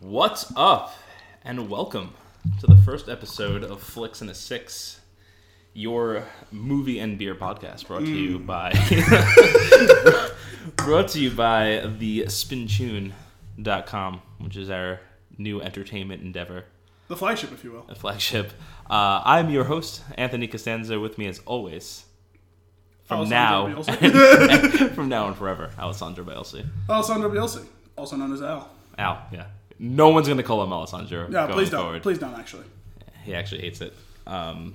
What's up, and welcome to the first episode of Flicks and a Six, your movie and beer podcast brought to Hmm. you by brought to you by the spintune.com, which is our new entertainment endeavor, The flagship, if you will. a flagship. Uh, I'm your host, Anthony Costanza, with me as always. From now, Alessandro Bielsi. from now and forever, Alessandro Bielsi. Alessandro Bielsi, also known as Al. Al, yeah. No one's gonna call him Alessandro. Yeah, going please don't. forward. Please don't, actually. He actually hates it. Um,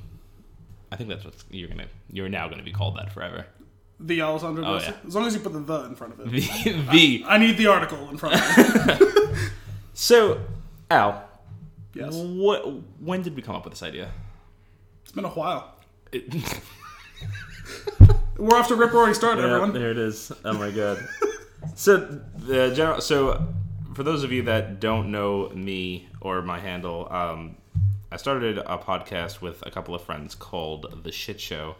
I think that's what you're gonna. You're now gonna be called that forever. The Alessandro Oh, Bielsi. yeah. As long as you put the the in front of it. The, the I need the article in front of it. so, Al, Yes. what? When did we come up with this idea? It's been a while. It, We're off to a rip roaring start, everyone. there it is. Oh my god. so the general. So for those of you that don't know me or my handle, um, I started a podcast with a couple of friends called The Shit Show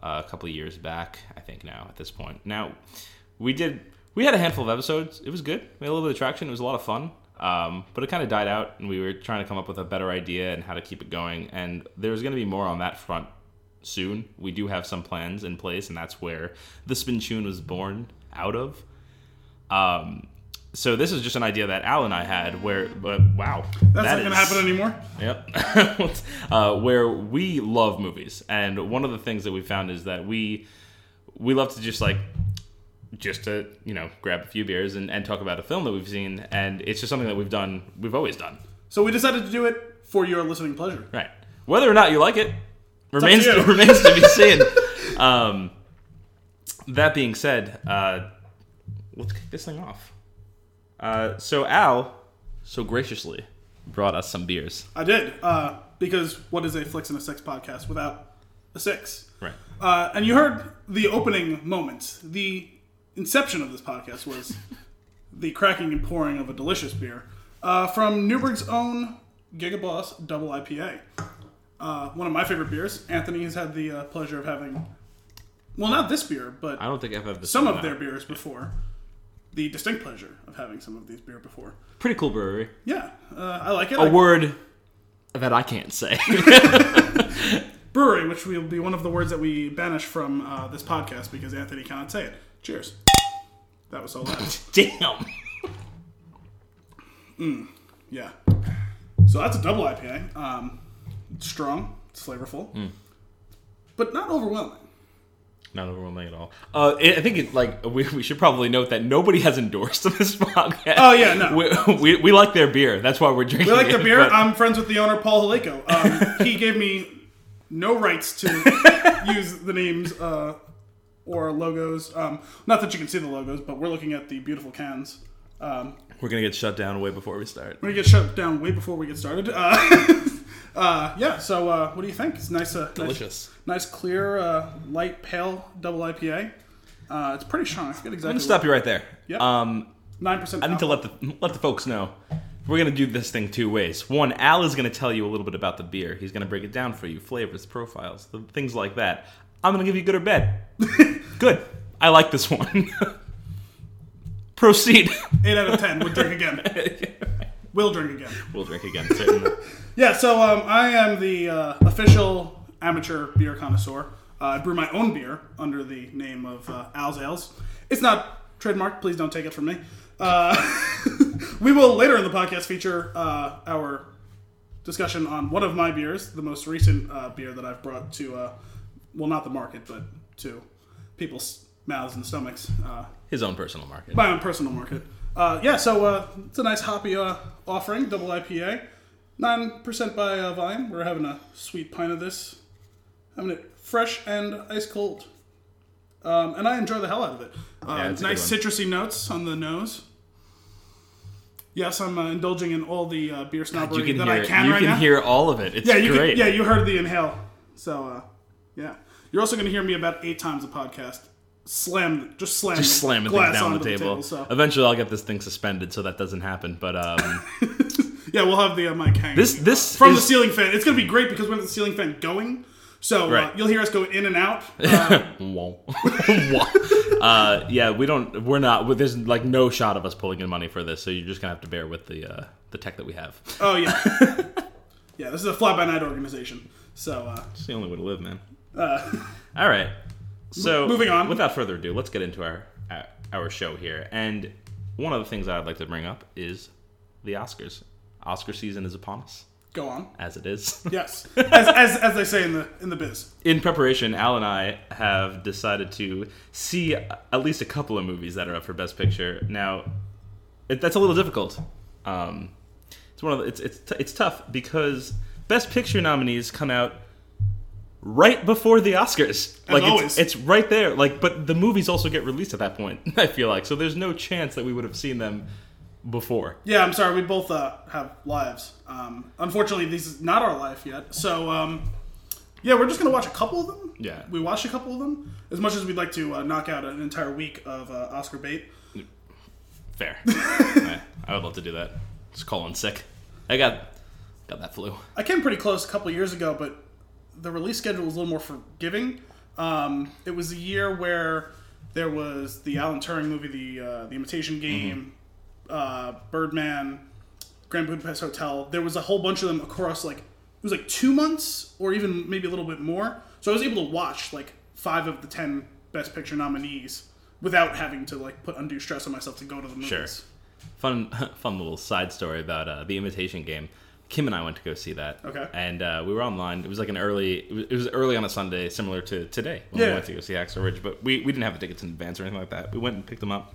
uh, a couple of years back. I think now at this point. Now we did. We had a handful of episodes. It was good. We had a little bit of traction. It was a lot of fun. Um, but it kind of died out, and we were trying to come up with a better idea and how to keep it going. And there's going to be more on that front soon. We do have some plans in place, and that's where the Spin Tune was born out of. Um, so this is just an idea that Al and I had, where but wow, That's not going to happen anymore. Yep, uh, where we love movies, and one of the things that we found is that we we love to just like just to you know grab a few beers and, and talk about a film that we've seen, and it's just something that we've done, we've always done, So we decided to do it for your listening pleasure. Right. Whether or not you like it remains you. remains to be seen. um, that being said, uh, let's kick this thing off. Uh, so Al, so graciously, brought us some beers. I did. Uh, because what is a Flicks and a Six podcast without a six? Right. Uh, and you heard the opening moments. The inception of this podcast was the cracking and pouring of a delicious beer uh, from Newberg's own Gigaboss Double IPA. Uh, one of my favorite beers. Anthony has had the uh, pleasure of having, well, not this beer, but I don't think I've had this some one of now. their beers before. The distinct pleasure of having some of these beer before. pretty cool brewery. Yeah, uh, I like it. A I- word that I can't say. brewery, which will be one of the words that we banish from uh, this podcast because Anthony cannot say it. Cheers. That was so loud. Damn. Yeah. So that's a double IPA. Um, it's strong, it's flavorful, but not overwhelming. Not overwhelming at all. Uh, it, I think it, like we, we should probably note that nobody has endorsed this podcast. Oh, yeah, no. We, we, we like their beer. That's why we're drinking. We like the it, beer. but- I'm friends with the owner, Paul Haleko. Um, he gave me no rights to use the names uh, or logos. Um, not that you can see the logos, but we're looking at the beautiful cans. Um, We're gonna get shut down way before we start. we're gonna get shut down way before we get started. Uh, uh, yeah. So uh, what do you think? It's nice. Uh, nice- Delicious. Nice clear, uh, light pale double IPA. Uh, it's pretty strong. I forget I'm exactly. gonna stop you right there. Yep. Um, Nine percent. I need to let the let the folks know we're gonna do this thing two ways. One, Al is gonna tell you a little bit about the beer. He's gonna break it down for you, flavors, profiles, the, things like that. I'm gonna give you good or bad. good. I like this one. Proceed. Eight out of ten. We'll drink again. We'll drink again. we'll drink again. Certainly. Yeah. So um, I am the uh, official amateur beer connoisseur. Uh, I brew my own beer under the name of uh, Al's Ales. It's not trademarked. Please don't take it from me. Uh, we will later in the podcast feature uh, our discussion on one of my beers, the most recent uh, beer that I've brought to, uh, well, not the market, but to people's mouths and stomachs, uh, His own personal market. my own personal market. Uh, yeah, so uh, it's a nice hoppy uh, offering, double IPA, nine percent by uh, volume. We're having a sweet pint of this, having it fresh and ice cold, um, and I enjoy the hell out of it. Uh, Yeah, it's a good nice one. citrusy notes on the nose. Yes, I'm uh, indulging in all the uh, beer You snobbery can that hear. I can it. you right can now. hear all of it. It's yeah, you great. Can, yeah, you heard the inhale. So uh, yeah, you're also going to hear me about eight times a podcast. Slam, just slam, Just the slamming glass things down on the onto table. so. Eventually, I'll get this thing suspended, so that doesn't happen. But um, Yeah, we'll have the uh, mic hanging. this this from the is, ceiling fan. It's gonna be great because we have the ceiling fan going, so uh, Right. you'll hear us go in and out. Uh, Wah. Wah. uh, yeah, we don't. We're not. There's like no shot of us pulling in money for this, so you're just gonna have to bear with the uh, the tech that we have. Oh yeah, yeah. This is a fly by night organization. So uh, It's the only way to live, man. All right. So moving on. Without further ado, let's get into our our- our show here. And one of the things I'd like to bring up is the Oscars. Oscar season is upon us, go on. as it is. Yes, as, as, as they say in the in the biz. In preparation, Al and I have decided to see at least a couple of movies that are up for Best Picture. Now, it, that's a little difficult. Um, it's one of the, it's it's t- it's tough because Best Picture nominees come out right before the Oscars. like always. It's, it's right there. Like, but the movies also get released at that point. I feel like so there's no chance that we would have seen them before. Yeah, I'm sorry. We both uh, have lives. Um, unfortunately, this is not our life yet. So um, yeah, we're just gonna watch a couple of them. Yeah. we watched a couple of them. As much as we'd like to uh, knock out an entire week of uh, Oscar bait. Fair. I, I would love to do that. Just call in sick. I got got that flu. I came pretty close a couple years ago, but the release schedule was a little more forgiving. Um, it was a year where there was the Alan Turing movie, the uh, The Imitation Mm-hmm. Game, uh, Birdman, Grand Budapest Hotel. There was a whole bunch of them across like it was like two months or even maybe a little bit more. So I was able to watch like five of the ten Best Picture nominees without having to like put undue stress on myself to go to the movies. Sure. fun fun little side story about uh, the imitation game kim and i went to go see that Okay. and uh, we were online it was like an early it was- it was early on a sunday similar to today when we Yeah. went to go see axel ridge but we, we didn't have the tickets in advance or anything like that we went and picked them up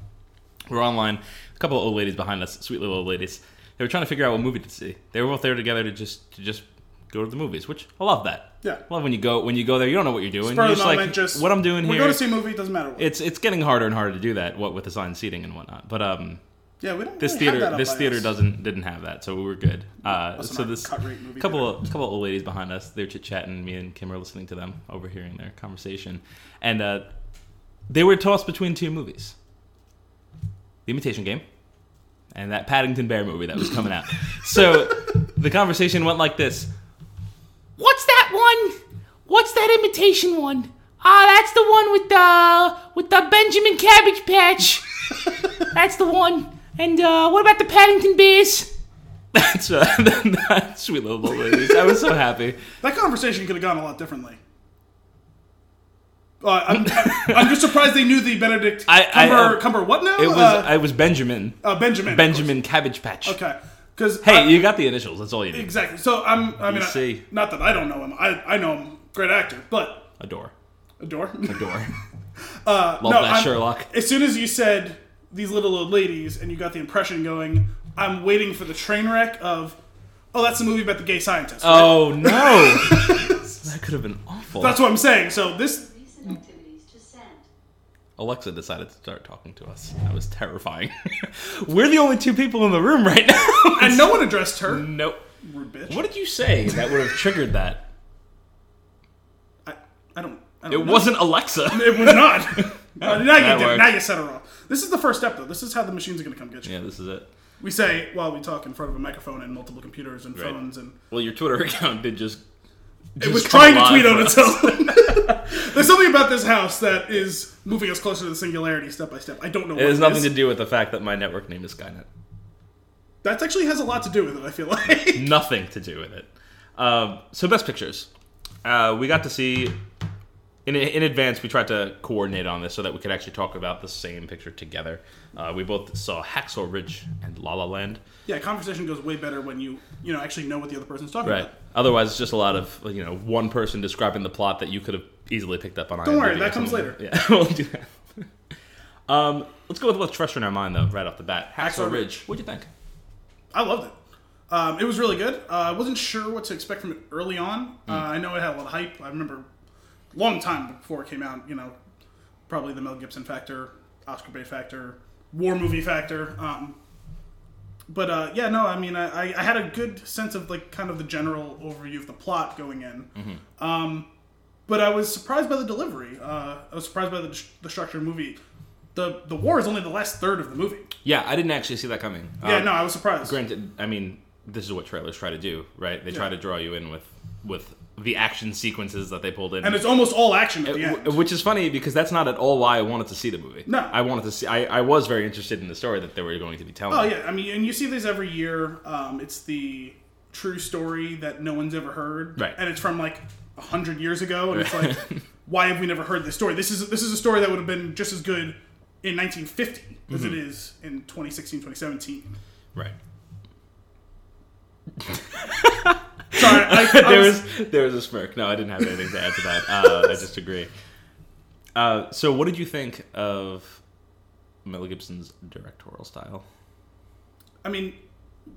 we were online a couple of old ladies behind us sweet little old ladies they were trying to figure out what movie to see they were both there together to just to just go to the movies which i love that Yeah. love when you go when you go there you don't know what you're doing Spur you're of the just like moment, just what i'm doing we're here going to see a movie. Doesn't matter what. it's it's getting harder and harder to do that what with assigned seating and whatnot but um yeah, we don't. this really have that theater up this by theater us. doesn't didn't have that, so we were good. Uh, Plus so not this cut rate movie couple of couple of old ladies behind us, they're chit chatting. Me and Kim are listening to them, overhearing their conversation, and uh, they were tossed between two movies: The Imitation Game and that Paddington Bear movie that was coming out. so the conversation went like this: What's that one? What's that imitation one? Ah, that's the one with the with the Benjamin Cabbage Patch. That's the one. And uh, what about the Paddington Bears? That's uh, that's sweet little old ladies. I was so happy. That conversation could have gone a lot differently. Uh, I'm, I'm just surprised they knew the Benedict I- I- Cumber, uh, Cumber what now? It was uh, I was Benjamin uh, Benjamin. of Benjamin Cabbage Patch. course. Okay. Because Hey, you got the initials. That's all you need. exactly. So I'm. I mean, I- see. not that I don't know him. I I know him. Great actor, but Adore, adore. adore. Uh, Love no, that I'm- Sherlock. As soon as you said these little old ladies, and you got the impression going, I'm waiting for the train wreck of, oh, that's the movie about the gay scientist. right? Oh no, that could have been awful. That's what I'm saying. So this Recent activities to send. Alexa decided to start talking to us. That was terrifying. We're the only two people in the room right now. and no one addressed her. nope. Rude bitch. What did you say that would have triggered that? I, I don't. I don't It know. wasn't Alexa. It was not. Uh, now you that did. it. worked. Now you set her off. This is the first step, though. This is how the machines are going to come get you. Yeah, this is it. We say while we talk in front of a microphone and multiple computers and Right. phones, and Well, your Twitter account did just. it was just trying to come tweet alive on for us. itself. There's something about this house that is moving us closer to the singularity step by step. I don't know. It has nothing to do with the fact that my network name is Skynet. That actually has a lot to do with it. I feel like. Nothing to do with it. Um, so, best pictures. Uh, we got to see. In, in advance, we tried to coordinate on this so that we could actually talk about the same picture together. Uh, we both saw Hacksaw Ridge and La La Land. yeah, conversation goes way better when you you know actually know what the other person's talking Right. about. Otherwise, it's just a lot of you know one person describing the plot that you could have easily picked up on. Don't worry, IMDb or that comes something. later. Yeah, we'll do that. Um, let's go with what's fresh in our mind though, right off the bat. Hacksaw Hacksaw Ridge. Ridge. What'd you think? I loved it. Um, it was really good. Uh, I wasn't sure what to expect from it early on. Uh, I know it had a lot of hype. I remember long time before it came out. You know, probably the Mel Gibson factor, Oscar bait factor, war movie factor. Um, but uh, yeah, no, I mean, I, I- I had a good sense of like kind of the general overview of the plot going in. Um, but I was surprised by the delivery. Uh, I was surprised by the, the structure of the movie. The the war is only the last third of the movie. Yeah, I didn't actually see that coming. Yeah, Um, no, I was surprised. Granted, I mean, this is what trailers try to do, right? They try Yeah. to draw you in with with the action sequences that they pulled in. and it's almost all action at the end. W- Which is funny because that's not at all why I wanted to see the movie. No. I wanted to see. I, I was very interested in the story that they were going to be telling. Oh yeah, I mean, and you see these every year. Um, it's the true story that no one's ever heard, Right. And it's from like a hundred years ago, and it's like, why have we never heard this story? This is this is a story that would have been just as good in 1950 as it Mm-hmm. is in 2016, 2017. Right. Sorry, I, I there was, was there was a smirk. No, I didn't have anything to add to that. Uh, I just agree. Uh, so, what did you think of Mel Gibson's directorial style? I mean,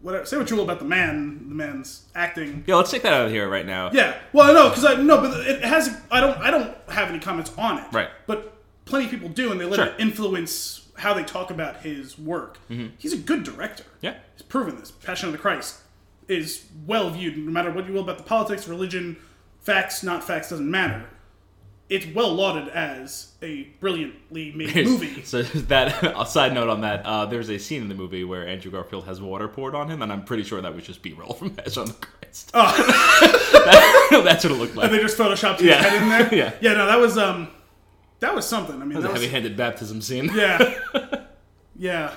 whatever. Say what you will about the man, the man's acting. Yeah, let's take that out of here right now. Yeah. Well, no, because I no, but it has. I don't. I don't have any comments on it. Right. But plenty of people do, and they let Sure. it influence how they talk about his work. He's a good director. Mm-hmm. Yeah. He's proven this. Passion of the Christ is well viewed, no matter what you will about the politics, religion, facts, not facts, doesn't matter. It's well lauded as a brilliantly made movie. So that a side note on that, uh, there's a scene in the movie where Andrew Garfield has water poured on him, and I'm pretty sure that was just B-roll from Passion of the Christ. Oh. that's what it looked like. They just photoshopped Yeah. his head in there. Yeah. Yeah. No, that was um, that was something. I mean, The that was heavy-handed baptism scene. Yeah. yeah.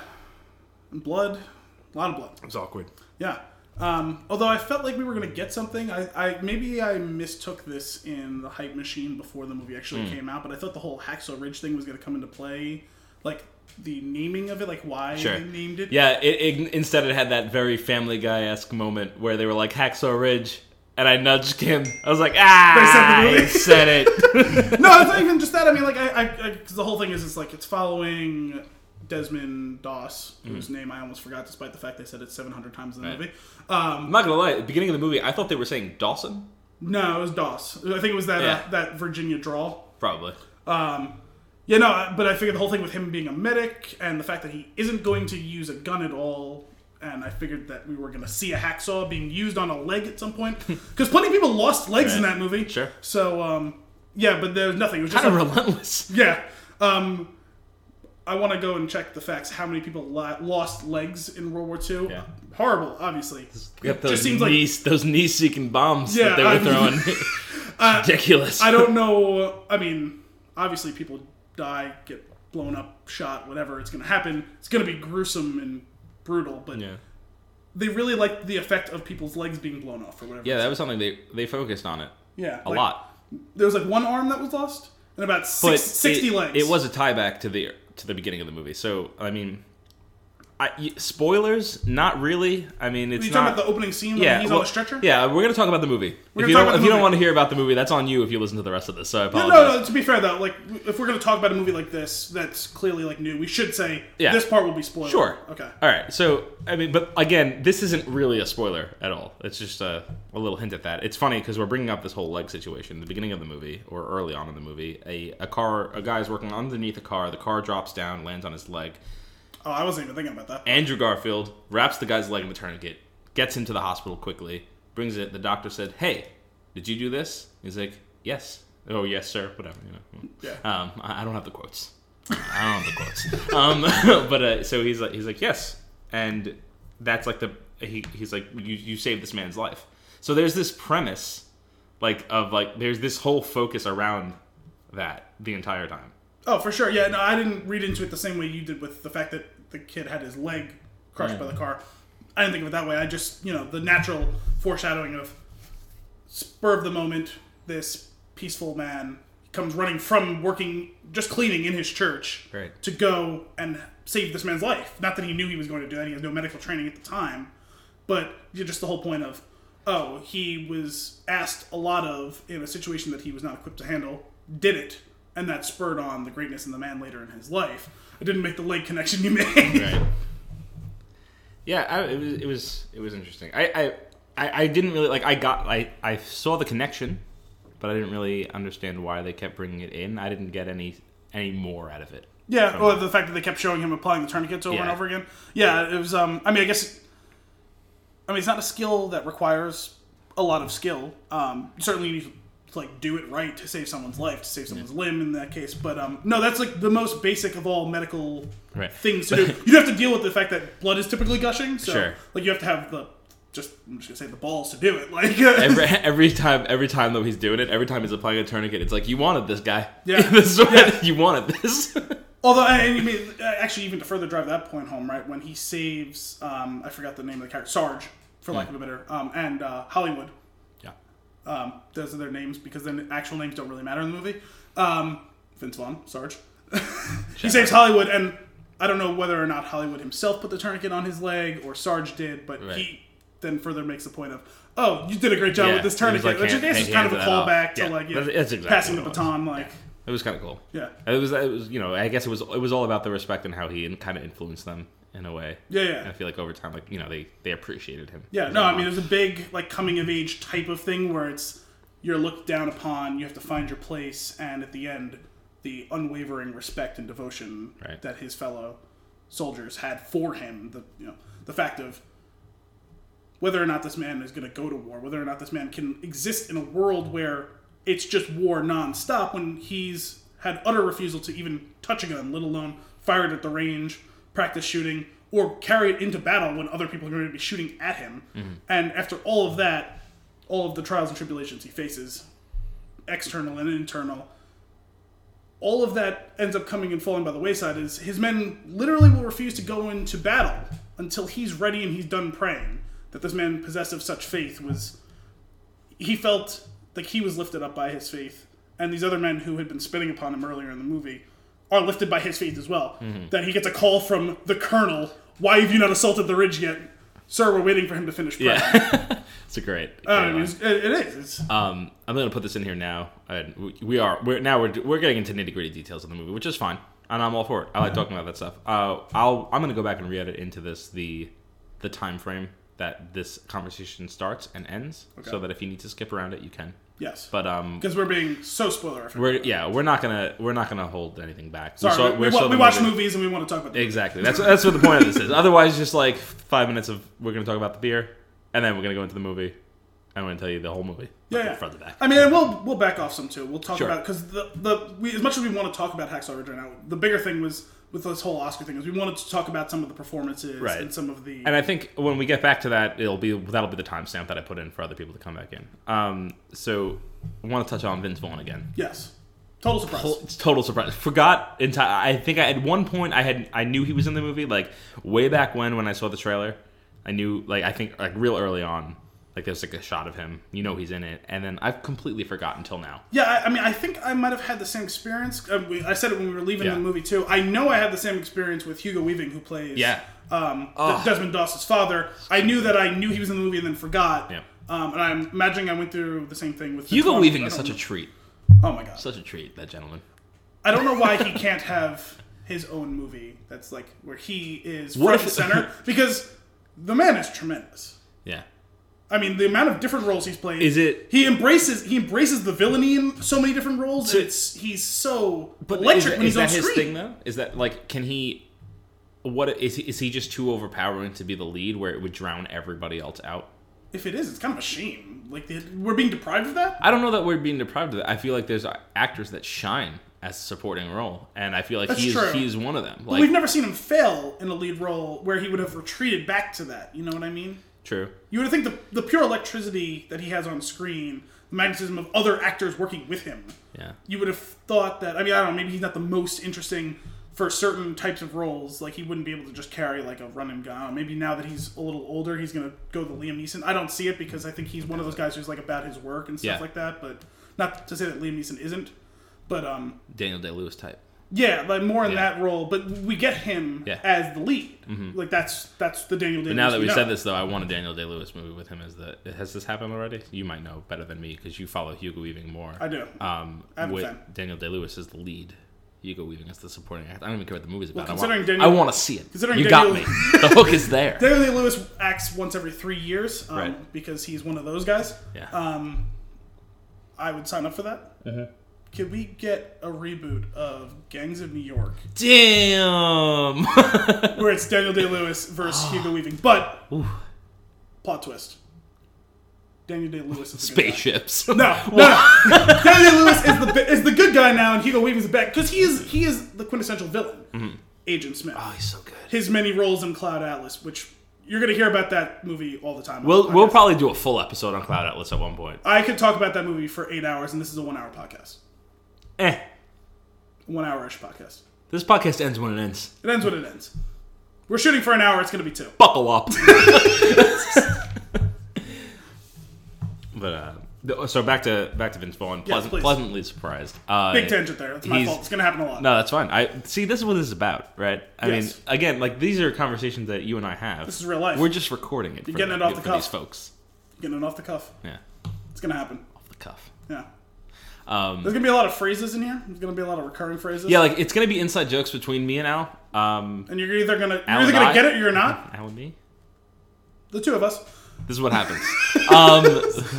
And blood. A lot of blood. was awkward. Yeah. Um, although I felt like we were going to get something. I, I Maybe I mistook this in the hype machine before the movie actually Hmm. came out, but I thought the whole Hacksaw Ridge thing was going to come into play. Like, the naming of it, like why Sure. they named it. Yeah, it, it, instead it had that very Family Guy esque moment where they were like Hacksaw Ridge, and I nudged him. I was like, ah, They he said it. No, it's not even just that. I mean, like, I, I, I cause the whole thing is, it's like, it's following Desmond Doss, whose name I almost forgot, despite the fact they said it 700 times in the Hmm. Right. movie. Um, I'm not gonna lie. At the beginning of the movie, I thought they were saying Dawson, no, it was Doss. I think it was that, Yeah. uh, that Virginia draw. probably. Yeah, no, I- but I figured the whole thing with him being a medic and the fact that he isn't going to use a gun at all, and I figured that we were going to see a hacksaw being used on a leg at some point. Because plenty of people lost legs in Right. that movie. Sure. So, um, yeah, but there was nothing. It was just Kind of like- relentless. yeah. Um, I want to go and check the facts. How many people lo- lost legs in World War II? Yeah. Horrible, obviously. Yep, It just those seems like knees, those knee-seeking bombs Yeah, that they were I'm- throwing. Ridiculous. I don't know. I mean, obviously, people die, get blown up, shot, whatever. It's going to happen. It's going to be gruesome and brutal, but Yeah. they really liked the effect of people's legs being blown off or whatever. Yeah, that was something they they focused on it yeah, a lot. There was like one arm that was lost and about But six, 60 it, legs. It was a tie back to the to the beginning of the movie. So I mean, I y spoilers? Not really. I mean, it's You talking not. about the opening scene when yeah, he's well, on a stretcher? Yeah, we're gonna talk about the movie. We're if gonna you talk don't, about if the you don't movie. want to hear about the movie, that's on you. If you listen to the rest of this, so I No, apologize. no, no. To be fair, though, like if we're going to talk about a movie like this that's clearly like new, we should say Yeah. this part will be spoiled. Sure. Okay. All right. So I mean, but again, this isn't really a spoiler at all. It's just a, a little hint at that. It's funny because we're bringing up this whole leg situation. The beginning of the movie, or early on in the movie, a a car, a guy's working underneath a car. The car drops down, lands on his leg. Oh, I wasn't even thinking about that. Andrew Garfield wraps the guy's leg in the tourniquet, gets him to the hospital quickly, brings it. The doctor said, "Hey, did you do this?" He's like, "Yes." Oh, yes, sir. Whatever. You know. Yeah. Um, I I don't have the quotes. I don't have the quotes. Um, but uh, so he's like, he's like, yes, and that's like the he, he's like, you you saved this man's life. So there's this premise, like of like there's this whole focus around that the entire time. Oh, for sure. Yeah, no, I didn't read into it the same way you did with the fact that the kid had his leg crushed by the car. I didn't think of it that way. I just, you know, the natural foreshadowing of spur of the moment, this peaceful man comes running from working, just cleaning in his church Right. to go and save this man's life. Not that he knew he was going to do that, he has no medical training at the time, but you know, just the whole point of, oh, he was asked a lot of in a situation that he was not equipped to handle, did it, and that spurred on the greatness in the man later in his life. I didn't make the leg connection you made. right. Yeah, I, it was it was it was interesting. I I, I, I didn't really like. I got I I saw the connection, but I didn't really understand why they kept bringing it in. I didn't get any any more out of it. yeah, or the fact that they kept showing him applying the tourniquets over and Yeah. over again. Yeah, it was. Um, I mean, I guess. I mean, it's not a skill that requires a lot of skill. Um, certainly, you need to like do it right to save someone's life, to save someone's limb in that case. But um, no, that's like the most basic of all medical Right. things to do. you have to deal with the fact that blood is typically gushing. So, Sure. like, you have to have the just I'm just gonna say the balls to do it. Like Every, every time, every time though he's doing it, every time he's applying a tourniquet, it's like you wanted this guy. Yeah. this is what you wanted this. Although, and you mean uh, actually, even to further drive that point home, right? When he saves, um, I forgot the name of the character, Sarge, for lack of a better, um, and uh, Hollywood. yeah. Um, those are their names because then actual names don't really matter in the movie. Um, Vince Vaughn, Sarge. he saves Hollywood, and I don't know whether or not Hollywood himself put the tourniquet on his leg or Sarge did, but Right. he then further makes the point of, "Oh, you did a great job Yeah, with this he was tourniquet," like, which I "Hand- guess is hand- kind of a hand that off." callback to Yeah, like you that's- know, that's exactly passing the what it was. baton, like It was kind of cool. yeah. It was, it was, you know, I guess it was, it was all about the respect and how he kind of influenced them in a way. Yeah, yeah. And I feel like over time, like you know, they they appreciated him. Yeah, no, I mean it's a big like coming of age type of thing where it's you're looked down upon, you have to find your place, and at the end, the unwavering respect and devotion Right. that his fellow soldiers had for him, the you know the fact of whether or not this man is going to go to war, whether or not this man can exist in a world where it's just war nonstop when he's had utter refusal to even touch a gun, let alone fire it at the range, practice shooting, or carry it into battle when other people are going to be shooting at him. And after all of that, all of the trials and tribulations he faces, external and internal, all of that ends up coming and falling by the wayside is his men literally will refuse to go into battle until he's ready and he's done praying that this man possessed of such faith was he felt like he was lifted up by his faith and these other men who had been spitting upon him earlier in the movie are lifted by his faith as well Mm-hmm. that he gets a call from the colonel why have you not assaulted the ridge yet sir we're waiting for him to finish praying yeah. it's a great. I great mean, line. it's- it, it is it's, Um, I'm gonna put this in here now. And we- we are we're now we're, we're getting into nitty gritty details of the movie, which is fine, and I'm all for it. I Mm-hmm. like talking about that stuff. Uh, I'll I'm gonna go back and re-edit into this the the time frame that this conversation starts and ends, so that if you need to skip around it, you can. yes But um, because we're being so spoiler we're yeah we're not gonna we're not gonna hold anything back. sorry saw- we, we we, saw wa- the we watch movie. movies and we want to talk about the Exactly. That's that's what the point of this is. Otherwise, just like five minutes of we're gonna talk about the beer, and then we're gonna go into the movie. and I'm gonna tell you the whole movie. yeah, like, yeah. front to back. I mean, and we'll we'll back off some too. We'll talk Sure. about because the the we, as much as we want to talk about Hacksaw Ridge right now, the bigger thing was with this whole Oscar thing is we wanted to talk about some of the performances Right. and some of the And I think when we get back to that, it'll be that'll be the timestamp that I put in for other people to come back in. Um, so I want to touch on Vince Vaughn again. yes, total surprise. Well, It's total surprise. Forgot entire. I think I, at one point I had I knew he was in the movie like way back when when I saw the trailer. I knew like I think like real early on like there's like a shot of him. You know he's in it, and then I've completely forgotten until now. Yeah, I, I mean, I think I might have had the same experience. Uh, we, I said it when we were leaving Yeah. the movie too. I know I had the same experience with Hugo Weaving, who plays Yeah. Ah. um, De- Desmond Doss's father. I knew that I knew he was in the movie and then forgot. Yeah. Um, and I'm imagining I went through the same thing with Vince Hugo Vaughn. Weaving I is don't such a know- treat. oh my god Such a treat, that gentleman. I don't know why he can't have his own movie that's like where he is What front if- and center because the man is tremendous. Yeah. I mean, the amount of different roles he's played Is it- he embraces he embraces the villainy in so many different roles. So- it's he's so But electric is, that- when is he's on that his screen. thing though? Is that like can he? What is he, is he just too overpowering to be the lead where it would drown everybody else out? If it is, it's kind of a shame. Like the, we're being deprived of that. I don't know that we're being deprived of that. I feel like there's actors that shine as a supporting role, and I feel like That's he true. is, he is one of them. But we've Like never seen him fail in a lead role where he would have retreated back to that. You know what I mean? true, You would think the, the pure electricity that he has on screen, the magnetism of other actors working with him, yeah. you would have thought that I mean I don't know maybe he's not the most interesting for certain types of roles like he wouldn't be able to just carry like a run and gun maybe now that he's a little older he's gonna go the Liam Neeson I don't see it because I think he's one of those guys who's like about his work and stuff Yeah. like that but not to say that Liam Neeson isn't but um Daniel Day Lewis type. yeah like more in Yeah. that role but we get him Yeah. Mm-hmm. as the lead like that's that's the Daniel Day But now that we said this, though, I want a Daniel Day Lewis movie with him as the. Has this happened already? You might know better than me because you follow Hugo Weaving more. I do Um, I'm a with fan. Daniel Day Lewis as the lead, Hugo Weaving as the supporting actor. I don't even care what the movie's about. I, considering want, Daniel- I want to see it. considering you Daniel- got me. The hook is there. Daniel Day Lewis acts once every three years um, Right. because he's one of those guys yeah. Um, I would sign up for that. Uh-huh. Could we get a reboot of Gangs of New York Damn. where it's Daniel Day Lewis versus Hugo Weaving? But plot twist: Daniel Day Lewis is the good guy. Spaceships. No, no, no. Daniel Day Lewis is the bi- is the good guy now, and Hugo Weaving's the bad because he is he Mm-hmm. is the quintessential villain, Agent Smith. Oh, he's so good. His many roles in Cloud Atlas, which you're going to hear about that movie all the time. on We'll the we'll podcast. Uh, probably do a full episode on Cloud Atlas at one point. I could talk about that movie for eight hours, and this is a one-hour podcast, Eh, one hour-ish podcast. this podcast ends when it ends. It ends when it ends. We're shooting for an hour. It's going to be two. Buckle up. but uh, th- so back to back to Vince Vaughn. Yes, Pleasant, please. pleasantly surprised. Uh, Big tangent there. That's my he's- fault. It's going to happen a lot. No, that's fine. I see. This is what this is about, right? I Yes. mean, again, like these are conversations that you and I have. This is real life. We're just recording it. You're getting it off the for cuff. these folks. Getting it off the cuff. Yeah, It's going to happen. off the cuff. Yeah. Um, There's going to be a lot of phrases in here. There's going to be a lot of recurring phrases. yeah, like it's gonna be inside jokes between me and Al. Um, And you're either going to you're Alan either going I- to get it or you're not. Al and me. The two of us. This is what happens. um,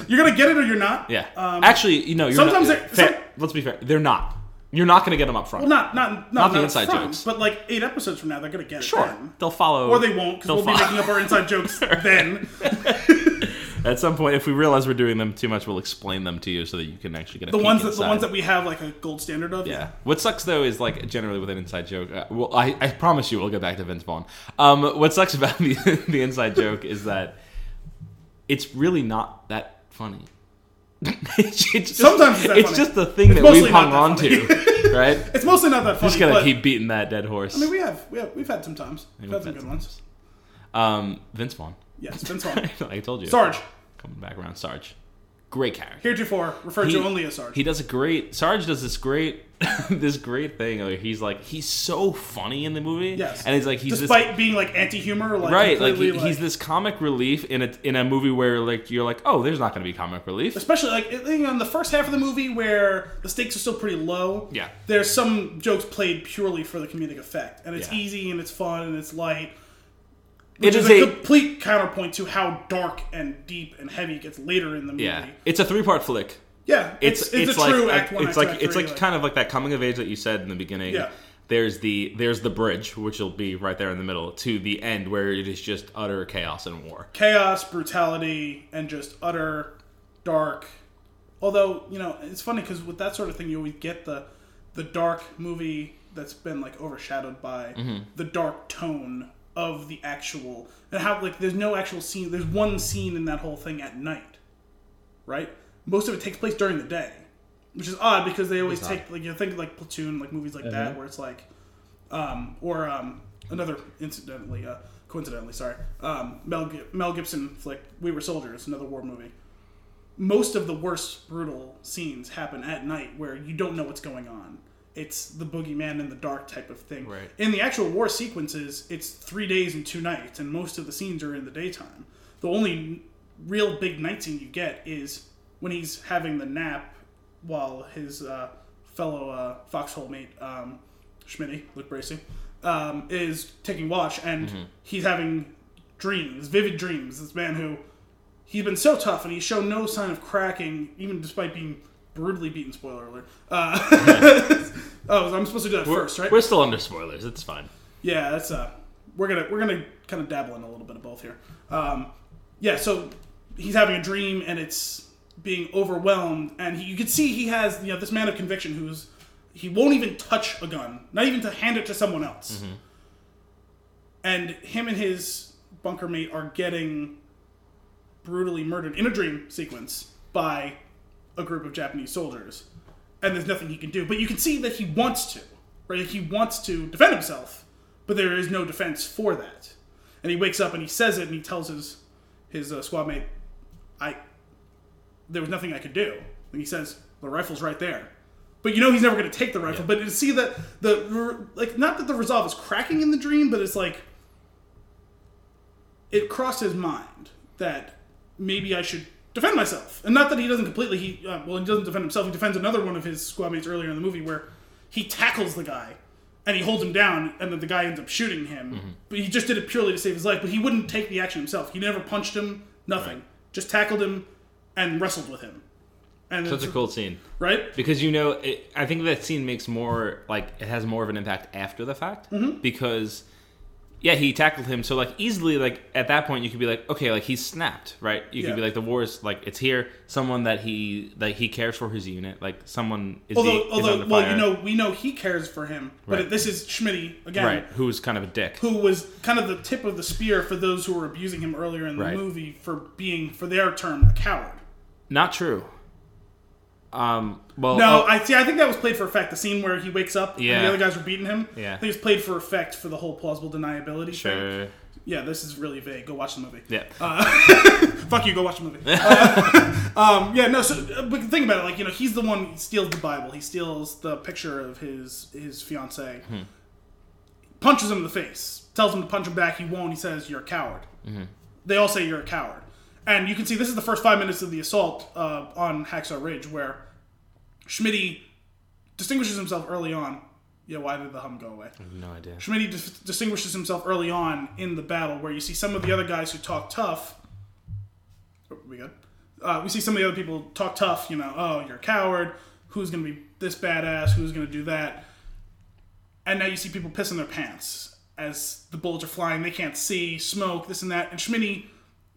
You're going to get it or you're not. yeah. Um, Actually, you know, you're sometimes not, they- fair- some- let's be fair. They're not. You're not gonna get them up front. well, not not not, Not the up inside front, jokes. but like eight episodes from now, they're going to get it. Sure, then. they'll follow, Or they won't because They'll we'll be follow. making up our inside jokes then. At some point, if we realize we're doing them too much, we'll explain them to you so that you can actually get a The peek ones that the inside. ones that we have like a gold standard of. Yeah. What sucks though is like generally with an inside joke. Uh, well, I, I promise you, we'll get back to Vince Vaughn. Um, what sucks about the the inside joke is that it's really not that funny. it's just, Sometimes it's that it's funny. just the thing It's that we've mostly not hung that on funny. to, right? It's mostly not that funny. just gotta but- keep beating that dead horse. I mean, we have we have we've had some times. We've had we've some had good some ones. um, Vince Vaughn. Yes, Vince Vaughn. I told you. Sarge, Coming back around, Sarge. Great character. heretofore referred to only as Sarge. He does a great Sarge does this great this great thing where he's like he's so funny in the movie. yes, And he's like he's this despite being like anti-humor, like right like, completely, he, he's this comic relief in a in a movie where like you're like oh there's not going to be comic relief Especially like it- you know, in the first half of the movie where the stakes are still pretty low. Yeah. there's some jokes played purely for the comedic effect, and it's Yeah. easy and it's fun and it's light. it Which is a a complete counterpoint to how dark and deep and heavy it gets later in the movie. yeah it's a three part flick yeah. It's it's, a like true act one. it's act two, like act it's three, like kind of like that coming of age that you said in the beginning Yeah. there's the there's the bridge which will be right there in the middle to the end where it is just utter chaos and war chaos, brutality, and just utter dark. Although you know, it's funny because with that sort of thing, you always get the the dark movie that's been like overshadowed by the dark tone of the actual and how like there's no actual scene. There's one scene in that whole thing at night, right? Most of it takes place during the day, which is odd because they always take like you think like Platoon, like movies like that, where it's like um, or um, another incidentally, uh, coincidentally, sorry, um, Mel, Gib- Mel Gibson flick, We Were Soldiers, another war movie. Most of the worst, brutal scenes happen at night where you don't know what's going on. It's the boogeyman in the dark type of thing. Right. In the actual war sequences, it's three days and two nights, and most of the scenes are in the daytime. The only real big night scene you get is when he's having the nap while his uh, fellow uh, foxhole mate um, Schmitty, Luke Bracey, um, is taking watch, and he's having dreams, vivid dreams. This man who he's been so tough, and he's shown no sign of cracking, even despite being brutally beaten. Spoiler alert. Uh, oh, I'm supposed to do that first, right? we're still under spoilers it's fine Yeah, that's uh we're gonna we're gonna kind of dabble in a little bit of both here. Um, yeah, so he's having a dream and it's being overwhelmed, and he, you can see he has you know this man of conviction who's he won't even touch a gun, not even to hand it to someone else. And him and his bunker mate are getting brutally murdered in a dream sequence by a group of Japanese soldiers, and there's nothing he can do. But you can see that he wants to, right? He wants to defend himself, but there is no defense for that. And he wakes up and he says it, and he tells his his uh, squad mate, "I there was nothing I could do." And he says, "The rifle's right there." But you know he's never going to take the rifle. But to see that the like not that the resolve is cracking in the dream, but it's like it crossed his mind that maybe I should defend myself. And not that he doesn't completely. He uh, well, he doesn't defend himself. He defends another one of his squad mates earlier in the movie where he tackles the guy and he holds him down, and then the guy ends up shooting him. Mm-hmm. But he just did it purely to save his life. But he wouldn't take the action himself. He never punched him. Nothing. Just tackled him and wrestled with him. And so it's a cool scene right. because you know it, i Mm-hmm. think that scene makes more like it has more of an impact after the fact because yeah, he tackled him. So like easily, like at that point, you could be like, okay, like he's snapped, right? You Yeah. could be like, the war is like it's here. Someone that he like he cares for his unit, like someone is Although, the, is although, under well, fire, you know, we know he cares for him, but Right. this is Schmitty again, right? Who's kind of a dick, who was kind of the tip of the spear for those who were abusing him earlier in the Right. movie for being, for their term, a coward. not true. Um, well, No, oh, I see. I think that was played for effect. The scene where he wakes up Yeah. and the other guys were beating him. Yeah. I think it's played for effect for the whole plausible deniability. thing. sure. Yeah, this is really vague. Go watch the movie. uh, yeah, Fuck you. Go watch the movie. Uh, um, yeah, no. So, uh, but think about it. Like you know, he's the one who steals the Bible. He steals the picture of his his fiance. Punches him in the face. Tells him to punch him back. He won't. He says, "You're a coward." They all say you're a coward. And you can see this is the first five minutes of the assault uh, on Hacksaw Ridge where Schmitty distinguishes himself early on. Yeah, why did the hum go away? no idea. Schmitty dis- distinguishes himself early on in the battle, where you see some of the other guys who talk tough. Oh, we good? Uh, we see some of the other people talk tough. You know, oh, you're a coward. Who's gonna be this badass? Who's gonna do that? And now you see people pissing their pants as the bullets are flying. They can't see smoke, this and that. And Schmitty,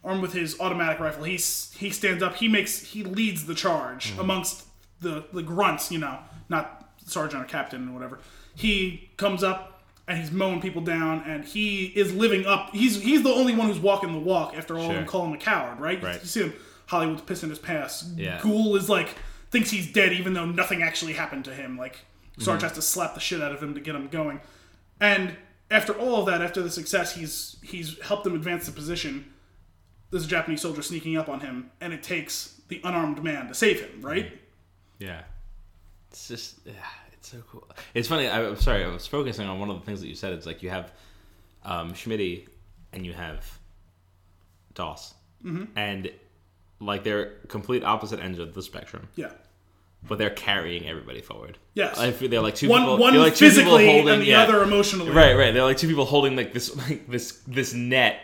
armed with his automatic rifle, he s- he stands up. He makes he leads the charge amongst the the grunts. You know, not sergeant or captain or whatever. He comes up and he's mowing people down, and he is living up. He's he's the only one who's walking the walk after all of them Sure. call him a coward, right? You- Right. You see him. Hollywood's pissing his pants. Yeah. Ghoul is like thinks he's dead even though nothing actually happened to him. Like Mm-hmm. Sarge has to slap the shit out of him to get him going. And after all of that, after the success, he's he's helped them advance the position. There's a Japanese soldier sneaking up on him, and it takes the unarmed man to save him, right? Yeah. It's just, yeah, it's so cool. It's funny. I, I'm sorry. I was focusing on one of the things that you said. It's like you have um, Schmitty and you have Doss. Mm-hmm. And like they're complete opposite ends of the spectrum, Yeah. but they're carrying everybody forward. Yes. Like, they're like two One people. one they're like two people physically holding- and the yeah. other emotionally. Right, right. They're like two people holding like this, like this, this net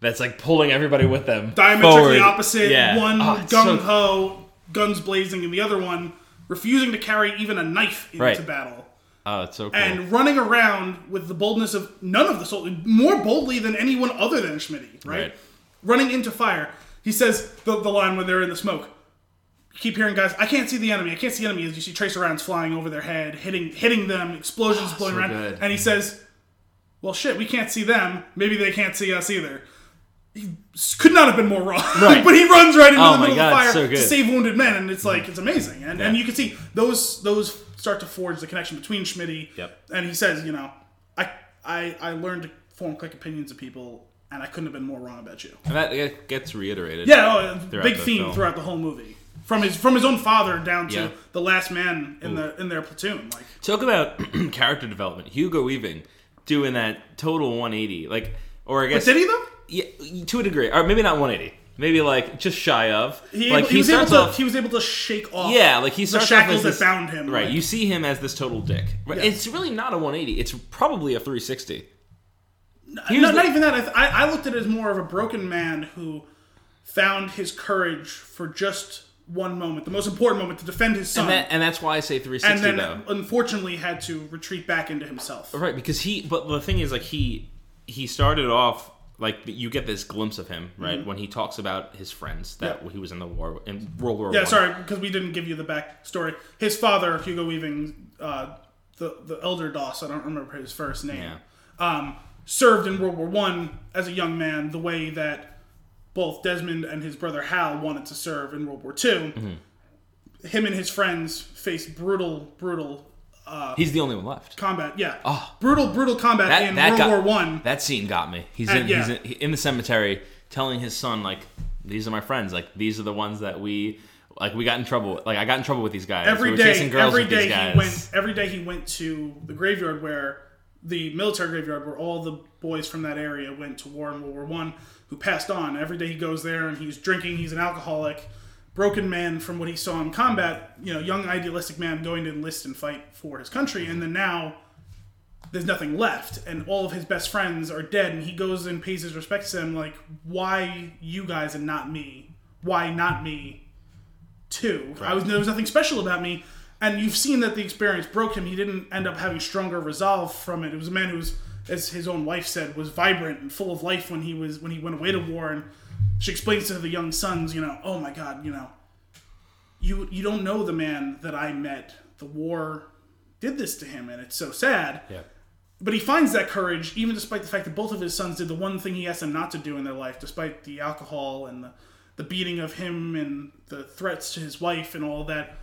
that's like pulling everybody with them. diametrically forward. opposite. Yeah. One Oh, it's so gung ho, guns blazing, and the other one refusing to carry even a knife into Right. battle Oh, it's so cool. and running around with the boldness of none of the soldiers, more boldly than anyone other than Schmitty, right? Right. Running into fire. He says the, the line when they're in the smoke. Keep hearing, guys. I can't see the enemy. I can't see the enemy. As you see tracer rounds flying over their head, hitting hitting them, explosions blowing Oh, so around. good. And he says, "Well, shit, we can't see them. Maybe they can't see us either." He s- could not have been more wrong. Right. but he runs right into Oh the my middle God, of the fire so to good. save wounded men, and it's like it's amazing. And and Yeah. you can see those those start to forge the connection between Schmitty Yep. and he says, you know, I, I I learned to form quick opinions of people, and I couldn't have been more wrong about you. And that it gets reiterated. Yeah, oh, big the theme film. throughout the whole movie, from his from his own father down to Yeah. the last man in the in their platoon. Like, Talk about character development. Hugo Weaving doing that total 180. Like, or I guess did he though? yeah, to a degree, or maybe not 180. Maybe like just shy of. He, like he, was able starts to off- he was able to shake off yeah, like he the starts off shackles as that this- bound him. Right, like- you see him as this total dick. Right, It's really not a 180. It's probably a 360. He no, was not the- even that. I, th- I, I looked at it as more of a broken man who found his courage for just one moment, the most important moment, to defend his son, And, that, and that's why I say 360 and then though. unfortunately had to retreat back into himself. Right, because he. But the thing is, like he he started off like you get this glimpse of him right Mm-hmm. when he talks about his friends that he was in the war in World War. Yeah, One. sorry, because we didn't give you the back story. His father, Hugo Weaving, uh, the the elder Doss, I don't remember his first name, Yeah. um, served in World War One as a young man the way that both Desmond and his brother Hal wanted to serve in World War 2 Mm-hmm. Him and his friends faced brutal, brutal He's the only one left. combat. Yeah, brutal, brutal combat Ah. that, in that World got, War One. That scene got me. He's Uh, in, yeah. he's in, he- in the cemetery telling his son like, "These are my friends. Like these are the ones that we like. We got in trouble. with- Like I got in trouble with these guys. we Every were day, chasing girls every with day these guys. he went. Every day he went to the graveyard where the military graveyard where all the boys from that area went to war in World War One who passed on. Every day he goes there and he's drinking. He's an alcoholic, broken man from what he saw in combat. You know, young idealistic man going to enlist and fight for his country, and then now. There's nothing left, and all of his best friends are dead. And he goes and pays his respects to them, like, "Why you guys and not me? Why not me? too. I was there was nothing special about me, and you've seen that the experience broke him. He didn't end up having stronger resolve from it. It was a man who was as his own wife said, was vibrant and full of life when he was when he went away to war. And she explains to the young sons, you know, oh my God, you know, you you don't know the man that I met. The war did this to him, and it's so sad. Yeah. But he finds that courage, even despite the fact that both of his sons did the one thing he asked them not to do in their life, despite the alcohol and the, the beating of him and the threats to his wife and all that.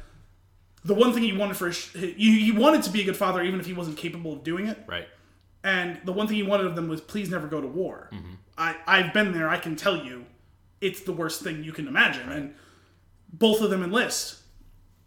The one thing he wanted for his, he, he wanted to be a good father, even if he wasn't capable of doing it. Right. And the one thing he wanted of them was, please never go to war. I, I've been there. I can tell you, it's the worst thing you can imagine. And both of them enlist.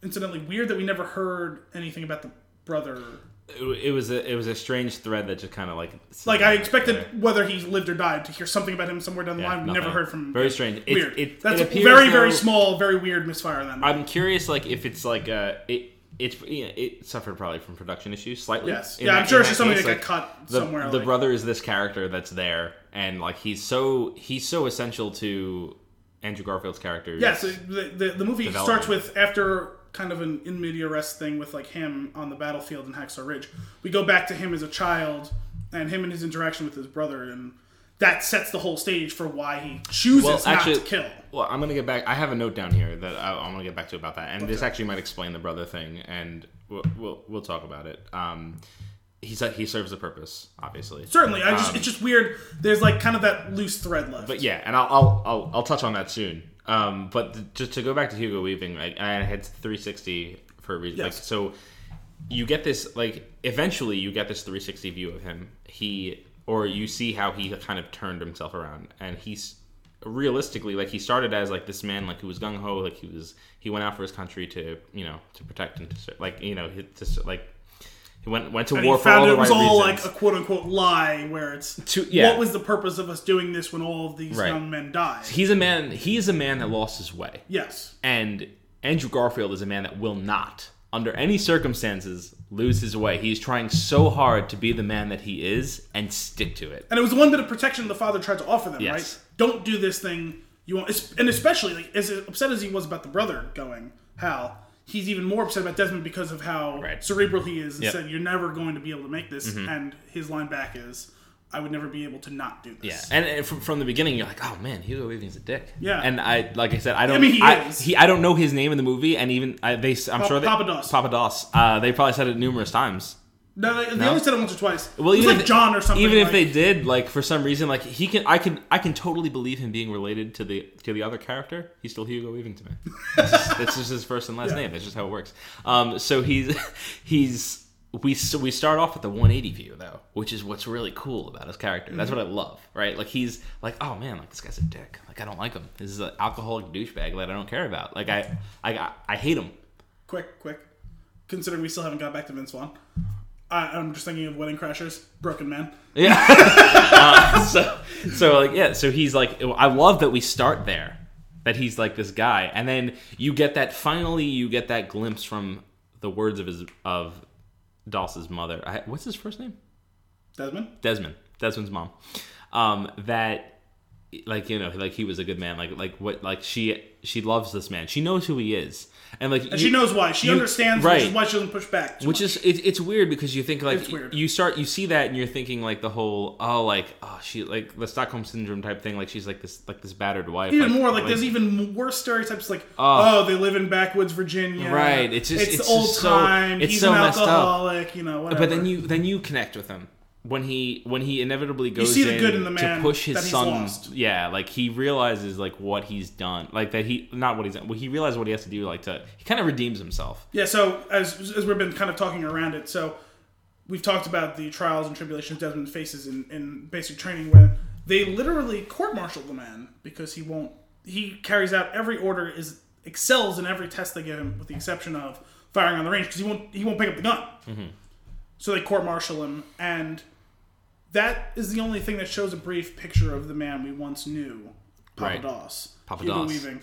Incidentally, weird that we never heard anything about the brother. It, it was a it was a strange thread that just kind of like Like I expected, whether he lived or died, to hear something about him somewhere down the Yeah, line. We never nothing. heard from. him. Very strange. It- weird. it- That's it appears, very, very though- small, very weird misfire. Then I'm curious, like if it's like uh, it it's you know, it suffered probably from production issues slightly. Yes. In Yeah, that- I'm sure in it's just something that case, got like, cut the, somewhere, The like- brother is this character that's there, and like he's so he's so essential to Andrew Garfield's character. yeah, so the, the, the movie Development. starts with after kind of an in media rest thing with like him on the battlefield in Hacksaw Ridge. We go back to him as a child and him and his interaction with his brother, and that sets the whole stage for why he chooses Well, actually, not to kill. Well, I'm gonna get back. I have a note down here that I, I'm gonna get back to about that, and this actually might explain the brother thing, and we'll we'll, we'll talk about it. Um, he's he serves a purpose, obviously. Certainly, I Um, just it's just weird. There's like kind of that loose thread left. But yeah, and I'll I'll, I'll, I'll touch on that soon. Um, but th- just to go back to Hugo Weaving, I, I had 360 for a reason. Like, Yes. so you get this like eventually you get this 360 view of him. He or you see how he kind of turned himself around, and he's realistically like he started as like this man like who was gung ho, like he was he went out for his country to you know to protect and to ser- like you know he- to ser- like he went went to And war he for all found the it was right all reasons. like a quote unquote lie, where it's To- yeah. what was the purpose of us doing this when all of these Right. young men died? he's a man. He's a man that lost his way. Yes, And Andrew Garfield is a man that will not, under any circumstances, lose his way. He's trying so hard to be the man that he is and stick to it. and it was one bit of protection the father tried to offer them. Yes. Right? Don't do this thing you want, es- and especially like, as upset as he was about the brother going, Hal, he's even more upset about Desmond because of how Right. cerebral he is, and Yep. Mm-hmm. said, "You're never going to be able to make this." And his line back is, "I would never be able to not do Yeah, this." and, and from, from the beginning, you're like, oh man, Hugo Weaving's a dick. Yeah. and I, like I said, I don't, I mean, he I, is. he- I don't know his name in the movie, and even I, they, I'm sure they, Papados. Papados, uh, they probably said it numerous times. No, they, they only said it once or twice. Well, it was even like if, John or something. Even if like- they did, like for some reason, like he can, I can, I can totally believe him being related to the to the other character. He's still Hugo Weaving to me. That's just, that's just his first and last name. That's just how it works. Um, so he's he's we so we start off with the 180 view though, which is what's really cool about his character. That's Mm-hmm. what I love, right? Like he's like, oh man, like this guy's a dick. Like I don't like him. This is an alcoholic douchebag that I don't care about. Like I I I hate him. quick, quick. Considering we still haven't got back to Vince Vaughn, I, I'm just thinking of Wedding Crashers, Broken Man. so so like yeah so he's like i love that we start there that he's like this guy and then you get that finally you get that glimpse from the words of his of Dals's mother I, what's his first name Desmond. desmond desmond's mom um that like you know like he was a good man like like what like she she loves this man she knows who he is and like And she knows why. She you- understands, which right. is why she doesn't push back. which is it, it's weird because you think like It's weird. you start you see that and you're thinking like the whole oh like oh she like the Stockholm syndrome type thing like she's like this like this battered wife even more like, there's even worse stereotypes like Oh. oh they live in backwoods Virginia Right, it's just- it's old just so- time it's he's so an messed up. alcoholic you know whatever but then you then you connect with him when he when he inevitably goes see the in good in the to man push his that he's son lost. yeah like he realizes like what he's done like that he not what he's done well he realizes what he has to do like to he kind of redeems himself yeah so as as we've been kind of talking around it so we've talked about the trials and tribulations Desmond faces in, in basic training where they literally court martial the man because he won't he carries out every order is excels in every test they give him with the exception of firing on the range because he won't he won't pick up the gun so they court martial him and that is the only thing that shows a brief picture of the man we once knew Right. Papados Papa Hugo Doss. Weaving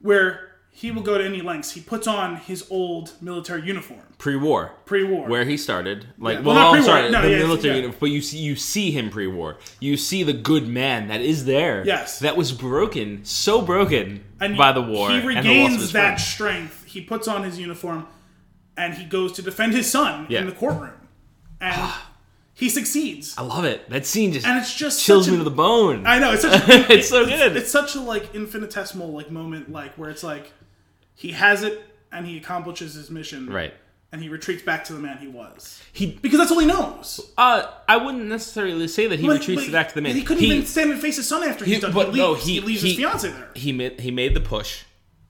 where he will go to any lengths he puts on his old military uniform pre-war pre-war where he started like Yeah. well, Well, not I'm pre-war. sorry No, the yeah, it's- military yeah. unit but you see you see him pre-war you see the good man that is there Yes. that was broken so broken and by the war He and the loss of regains his that friend. strength. He puts on his uniform and he goes to defend his son Yeah. in the courtroom. And He succeeds, I love it. That scene just and it's just chills such me to an- the bone. I know it's such a, it's so good. it's such a like infinitesimal like moment like where it's like he has it and he accomplishes his mission right. and he retreats back to the man he was He because that's all he knows. uh I wouldn't necessarily say that he retreats But- but back to the man. He couldn't even stand and face his son after he's he- done. but he leaves, no, he, he- leaves his he- fiance there. he made he made the push.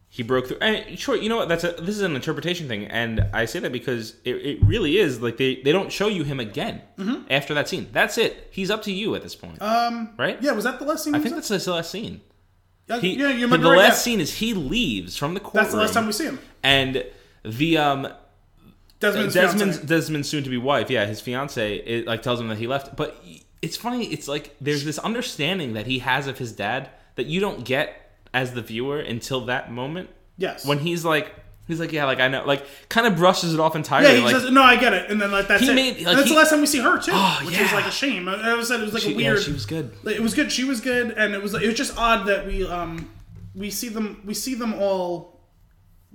He broke through. And sure, you know what? That's a this is an interpretation thing, and I say that because it, it really is like they, they don't show you him again Mm-hmm. after that scene. That's it. He's up to you at this point. Um, right? Yeah, was that the last scene? I think that's the last scene. that's He, yeah, you the remember right, last yeah. scene is he leaves from the courtroom. That's the last time we see him. And the um Desmond's, Desmond's fiance. Desmond's soon to be wife, yeah, his fiance it, like tells him that he left. But it's funny. It's like there's this understanding that he has of his dad that you don't get as the viewer until that moment yes. when he's like he's like yeah like I know like kind of brushes it off entirely. yeah, he like, says no, I get it, and then like that's He it. made- like, and that's he- the last time we see her too, Oh, which yeah. was like a shame. I I was said it was like she, a yeah, weird. she was good. Like, it was good. She was good, and it was it was just odd that we um we see them we see them all.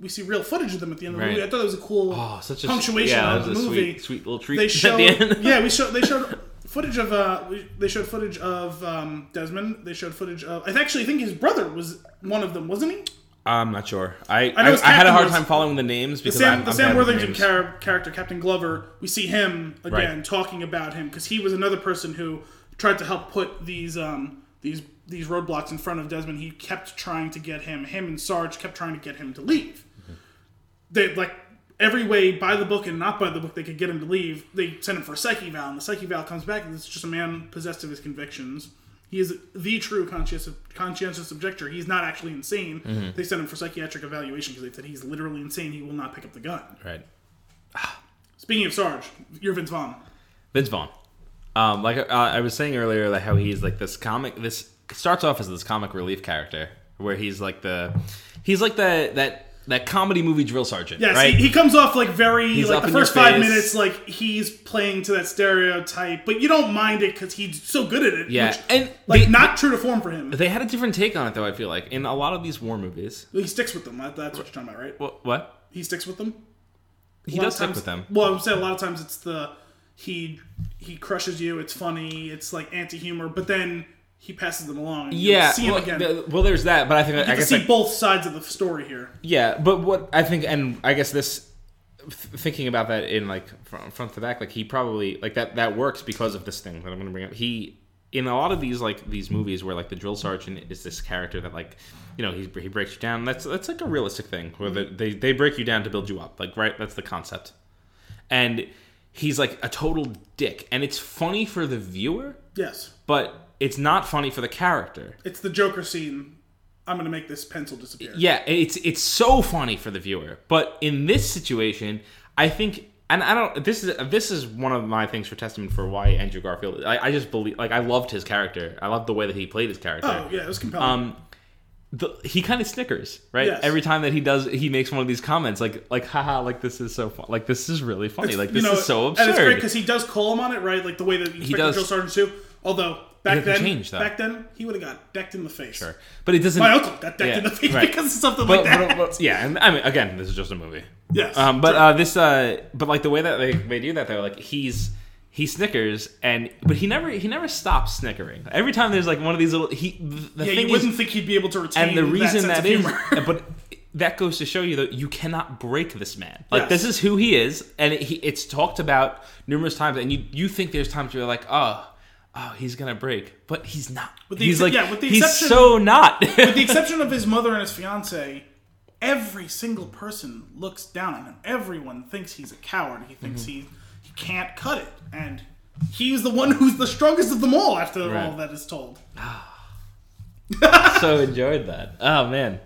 We see real footage of them at the end of the Right. movie. I thought it was a cool Oh, such a punctuation yeah, of that the was a movie. Sweet, sweet little treat they showed at the end. yeah we showed they showed footage of uh we- they showed footage of um Desmond they showed footage of I actually think his brother was one of them wasn't he I'm not sure. I I, know his I had a captain hard was- time following the names because Sam I'm, the I'm Sam bad with Worthington names. char- character Captain Glover we see him again Right. talking about him because he was another person who tried to help put these um these these roadblocks in front of Desmond he kept trying to get him him and Sarge kept trying to get him to leave they like every way by the book and not by the book they could get him to leave they send him for a psyche vow and the psyche vow comes back and it's just a man possessed of his convictions he is the true conscientious conscientious objector he's not actually insane they send him for psychiatric evaluation because they said he's literally insane he will not pick up the gun Right. speaking of sarge you're vince vaughn Vince Vaughn. Um, like uh, I was saying earlier, like how he's like this comic. This it starts off as this comic relief character, where he's like the, he's like the that that comedy movie drill sergeant, yes right? he, he comes off like very He's like up the in your first five face. minutes like he's playing to that stereotype but you don't mind it because he's so good at it yeah, which, and like they, not true to form for him they had a different take on it though. I feel like in a lot of these war movies, he sticks with them That- that's what you're talking about right what, what? he sticks with them he A lot does of stick times- with them. Well, I would say a lot of times it's the he he crushes you. It's funny. It's like anti humor, but then he passes them along. And you Yeah, see him well, again. the- well, there's that, but I think I you guess see like, both sides of the story here. Yeah, but what I think, and I guess this, th- thinking about that in like from front to back, like he probably like that that works because of this thing that I'm going to bring up. He in a lot of these like these movies where like the drill sergeant is this character that like you know he, he breaks you down. That's that's like a realistic thing where the, they they break you down to build you up. Like right, that's the concept. And he's like a total dick, and it's funny for the viewer, Yes, but it's not funny for the character. it's the Joker scene. I'm gonna make this pencil disappear. Yeah, it's it's so funny for the viewer. But in this situation, I think and I don't this is this is one of my things for testament for why Andrew Garfield I, I just believe like I loved his character. I loved the way that he played his character. Oh yeah, it was compelling. Um, The, he kind of snickers, right? Yes. Every time that he does he makes one of these comments like like haha like this is so fun. Like this is really funny. like You this know, is so absurd. And it's great because he does call him on it, right? Like the way that Inspector does. Drill Sergeant too. Although doesn't back then, change, though. back then he would have got decked in the face. but it doesn't My uncle got decked Yeah, in the face right. because of something but, like that. but- but- yeah, and I mean again, this is just a movie. yes. Um, but uh, this, uh, but like the way that they, they do that though, like he's he snickers and but he never he never stops snickering. Every time there's like one of these little he the yeah, thing you is, wouldn't think he'd be able to retain and the reason that, sense that of is, humor. but that goes to show you that you cannot break this man. Like Yes. this is who he is, and it, he, it's talked about numerous times. And you you think there's times where you're like, oh. Oh, he's gonna break, but he's not. the he's excep- like, yeah, with the he's exception- so not. With the exception of his mother and his fiance, every single person looks down on him. Everyone thinks he's a coward. He Mm-hmm. thinks he, he can't cut it. And he's the one who's the strongest of them all after Right. all that is told. so enjoyed that. Oh man,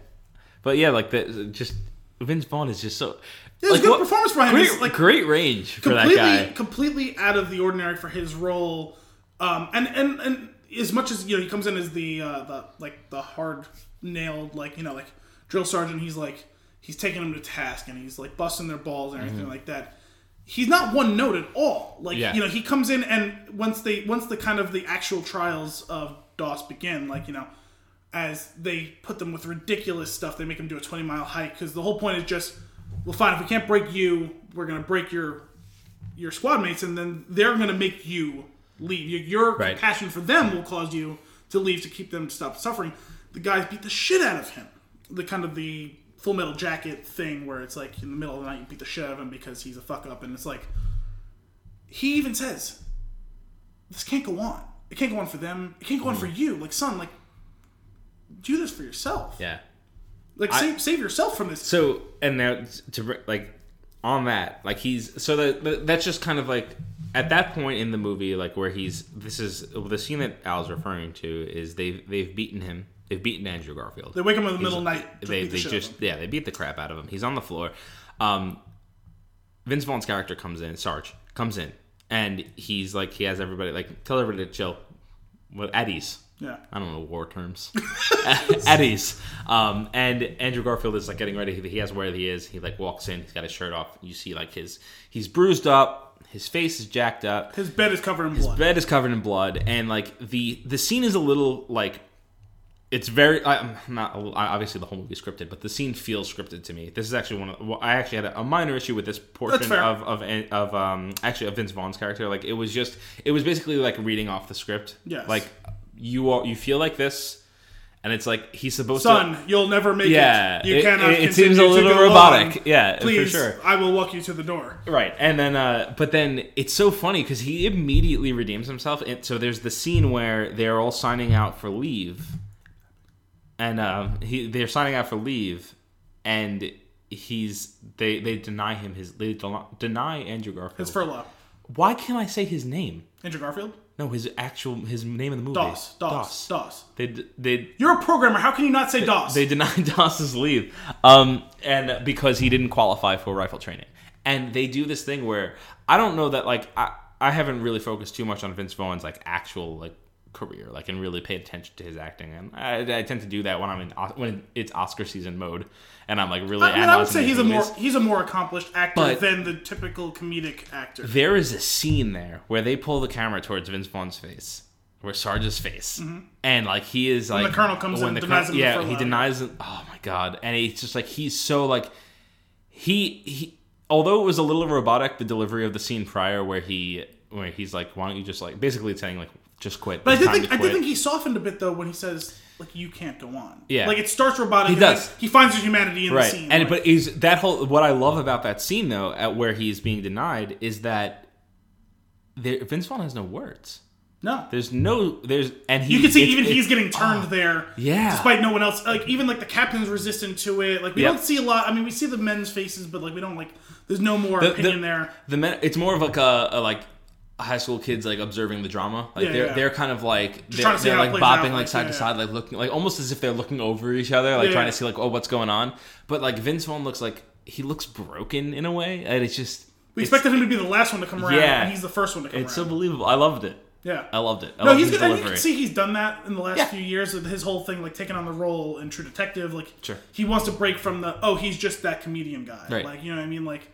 but yeah, like that. Just Vince Vaughn is just so. Yeah, it's like, a good performance by him. Great, It's, like, great range for that completely guy. completely out of the ordinary for his role. Um, and and and as much as you know, he comes in as the uh, the like the hard nailed like you know like drill sergeant. He's like he's taking them to task and he's like busting their balls and everything like that. He's not one note at all. Like Mm-hmm. Yeah. you know, he comes in and once they once the kind of the actual trials of DOS begin, like you know, as they put them with ridiculous stuff. They make them do a 20 mile hike because the whole point is just, well, fine, if we can't break you, we're going to break your your squad mates, and then they're going to make you leave. Your, your Right. compassion for them will cause you to leave to keep them stop suffering. The guys beat the shit out of him. The kind of the Full Metal Jacket thing where it's like in the middle of the night you beat the shit out of him because he's a fuck up, and it's like he even says, "This can't go on. It can't go on for them. It can't go on for Mm. you. Like son, like." Do this for yourself. Yeah. Like save, save yourself from this So and now to br- like on that, like he's so that that- that's just kind of like at that point in the movie, like where he's this is the scene that Al's referring to is they've they've beaten him. They've beaten Andrew Garfield. They wake him in the middle of the He's- night. To They, beat the they shit out of just him. yeah they beat the crap out of him. He's on the floor. Um, Vince Vaughn's character comes in. Sarge comes in and he's like he has everybody like tell everybody to chill. Well, at ease. yeah. I don't know war terms. At ease. Um, and Andrew Garfield is like getting ready. He- He has where he is. He like walks in. He's got his shirt off. You see like his he's bruised up. His face is jacked up. His bed is covered in blood. Bed is covered in blood, and like the the scene is a little like it's very I- I'm not I- obviously the whole movie scripted, but the scene feels scripted to me. This is actually one of well, I actually had a, a minor issue with this portion fair. of of of um actually of Vince Vaughn's character. Like it was just it was basically like reading off the script. Yes. like you all you feel like this, and it's like he's supposed to. Son, you'll never make Yeah, it. You it- cannot. it- it continue seems a to little go robotic. on. Yeah, for please, sure. I will walk you to the door. Right, and then, uh, but then it's so funny because he immediately redeems himself. And so there's the scene where they're all signing out for leave, and uh, he they're signing out for leave, and he's they they deny him his they del- deny Andrew Garfield. It's furlough. Why can't I say his name? Andrew Garfield. No, his actual his name in the movie. Doss. Doss. Doss. They d- they You're a programmer. How can you not say DOS? they denied Doss's leave, um, and because he didn't qualify for rifle training, and they do this thing where I don't know that like I I haven't really focused too much on Vince Vaughn's like actual like career, like and really paid attention to his acting, and I, I tend to do that when I'm in Os- when it's Oscar season mode, and I'm like really. I, mean, I would analyzing say these he's a more movies. he's a more accomplished actor But- than the typical comedic actor. There is a scene there where they pull the camera towards Vince Vaughn's face, where Sarge's face, and like he is like Mm-hmm. the colonel comes in and the colonel- denies him the yeah, furlough. he denies him. Oh my god! And it's just like he's so like he he. Although it was a little robotic, the delivery of the scene prior where he where he's like, "Why don't you just like basically saying like just quit?" But I it's did time think to I did quit." think he softened a bit though when he says like you can't go on. Yeah. Like it starts robotic. He and then does. He finds his humanity in right. the scene. and like- but is that whole what I love about that scene though, at where he's being denied, is that there, Vince Vaughn has no words. no, There's no there's and he Ah. You can see it's- even it's- he's getting turned there. oh, yeah. Despite no one else, like even like the captain's resistant to it. Like we Yep. don't see a lot. I mean, we see the men's faces, but like we don't like. There's no more the- opinion there. The men, it's more of like a, a like high school kids like observing the drama. Like Yeah, they're yeah. they're kind of like they're, trying to see they're how like it plays out, bopping like like, side to yeah. side, like looking like almost as if they're looking over each other, like Yeah. trying to see like oh what's going on. But like Vince Vaughn looks like he looks broken in a way, and it's just We it's, expected him to be the last one to come around, Yeah. and he's the first one to come it's so around. believable. I loved it. yeah. I loved it. I no, loved he's his good. And you delivery. can see he's done that in the last Yeah. few years with his whole thing, like taking on the role in True Detective. Like Sure. he wants to break from the oh, he's just that comedian guy. Right. Like you know what I mean? Like,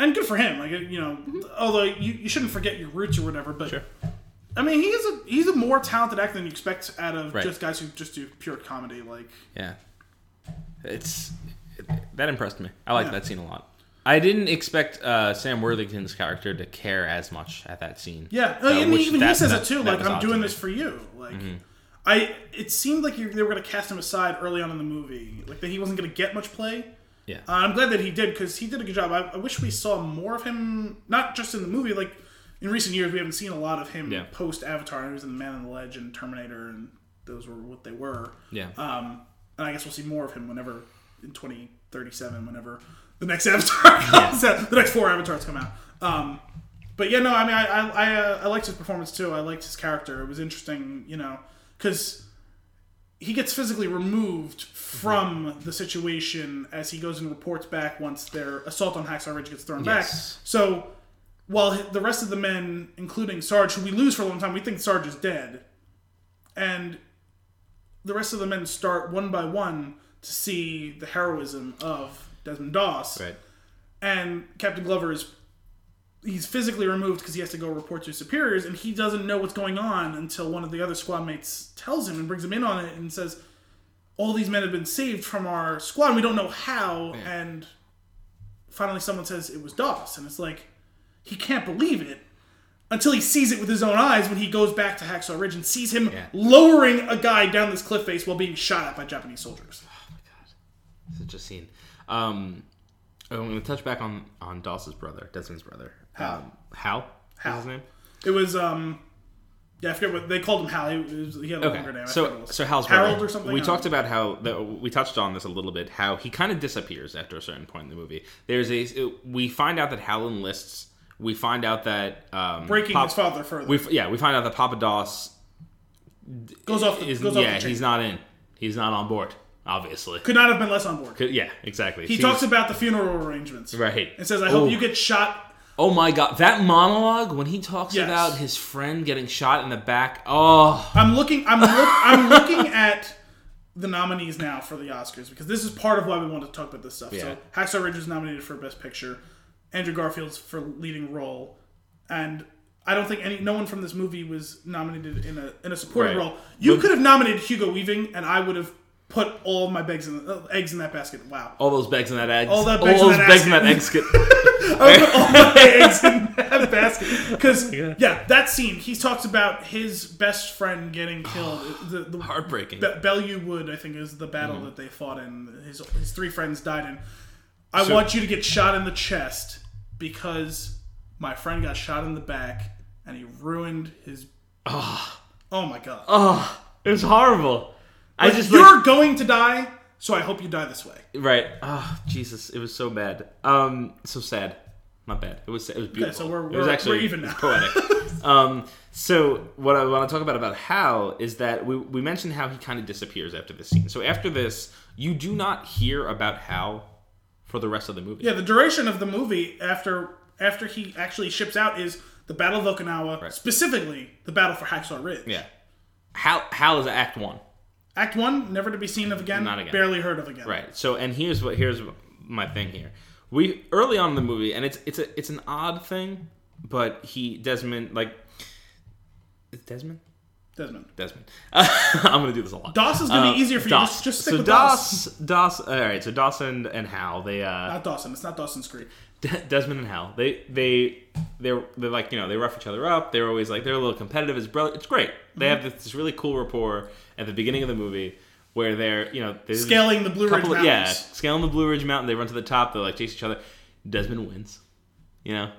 and good for him. Like you know, although you, you shouldn't forget your roots or whatever. But Mm-hmm. Sure. I mean, he is a he's a more talented actor than you expect out of Right. just guys who just do pure comedy. Like Yeah. It's that impressed me. I liked Yeah. that scene a lot. I didn't expect uh, Sam Worthington's character to care as much at that scene. yeah, So, and which even he that- says that- it too. that Like was Mm-hmm. I'm odd to doing me. this for you. Like I, it seemed like you, they were going to cast him aside early on in the movie. Like that he wasn't going to get much play. Yeah. Uh, I'm glad that he did because he did a good job. I, I wish we saw more of him, not just in the movie. Like in recent years, we haven't seen a lot of him Yeah. post Avatar. He was in The Man on the Ledge and Terminator, and those were what they were. yeah. Um, and I guess we'll see more of him whenever in 2037, whenever the next Avatar comes out, the next four Avatars come out. Um, but yeah, no, I mean, I I I, uh, I liked his performance too. I liked his character. It was interesting, you know, because he gets physically removed from the situation as he goes and reports back once their assault on Hacksaw Ridge gets thrown Yes. back. So while h- the rest of the men, including Sarge, who we lose for a long time, we think Sarge is dead, and the rest of the men start one by one to see the heroism of Desmond Doss. right. And Captain Glover is he's physically removed because he has to go report to his superiors, and he doesn't know what's going on until one of the other squad mates tells him and brings him in on it and says, "All these men have been saved from our squad. and We don't know how." And finally, someone says it was Doss, and it's like he can't believe it until he sees it with his own eyes when he goes back to Hacksaw Ridge and sees him Yeah. lowering a guy down this cliff face while being shot at by Japanese soldiers. Such a scene. Um, I'm going to touch back on on Dawson's brother, Desmond's brother. Hal. Um, Hal. Hal. Is his name? It was um, yeah, I forget what they called him. Hal. He, was, he had a longer Okay. name. I forget So what it was. so Hal's Harold brother. or something. We I don't talked know. about how the, we touched on this a little bit. How he kind of disappears after a certain point in the movie. There's a we find out that Hal enlists. We find out that um, breaking Pop- his father further. We f- yeah we find out that Papa Doss goes off the is goes yeah off the he's chain. not in. He's not on board. Obviously. Could not have been less on board. Could- yeah. Exactly. he talks about the funeral arrangements. Right. And says, "I Oh. hope you get shot." Oh my god, that monologue when he talks Yes. about his friend getting shot in the back. Oh, I'm looking. I'm look, I'm looking at the nominees now for the Oscars because this is part of why we want to talk about this stuff. Yeah. So Hacksaw Ridge was nominated for Best Picture, Andrew Garfield's for leading role, and I don't think any no one from this movie was nominated in a in a supporting Right. role. You could have nominated Hugo Weaving, and I would have put all of my eggs in uh, eggs in that basket. Wow. all those bags in that egg. All that bags in those that bags in egg. that egg. skit. eggs in that basket. Because yeah. that scene, he talks about his best friend getting killed. the the Heartbreaking. Mm-hmm. Be- Bellevue Wood, I think, is the battle that they fought in. His his three friends died in. I So- want you to get shot in the chest because my friend got shot in the back and he ruined his. Oh, my god! Ah. Oh, it was horrible. I just You're like, going to die, so I hope you die this way. right. Oh, Jesus, it was so bad. Um, so sad. Not bad. It was. It was beautiful. so we're- it was we're- actually we're even it was now. poetic. um, so what I want to talk about about Hal is that we we mentioned how he kind of disappears after this scene. So after this, you do not hear about Hal for the rest of the movie. Yeah, the duration of the movie after after he actually ships out is the Battle of Okinawa, specifically the battle for Hacksaw Ridge. Yeah. Hal Hal is Act One. Act one, never to be seen of again, Not again. barely heard of again. Right. So, and here's what here's my thing here. We early on in the movie, and it's it's a it's an odd thing, but he Desmond like is Desmond Desmond. Desmond. I'm gonna do this a lot. Doss is gonna be easier for you. Doss. Just- just stick so with Doss. Doss. All right. So Doss and, and Hal they uh Not Dawson. It's not Dawson's Creek. De- Desmond and Hal they they they're they're like you know they rough each other up. They're always like they're a little competitive as brother. It's great. They Mm-hmm. have this, this really cool rapport at the beginning of the movie where they're you know they Scaling the Blue Ridge couple of- Mountains. yeah, scaling the Blue Ridge Mountain. They run to the top. They like chase each other. Desmond wins. You know,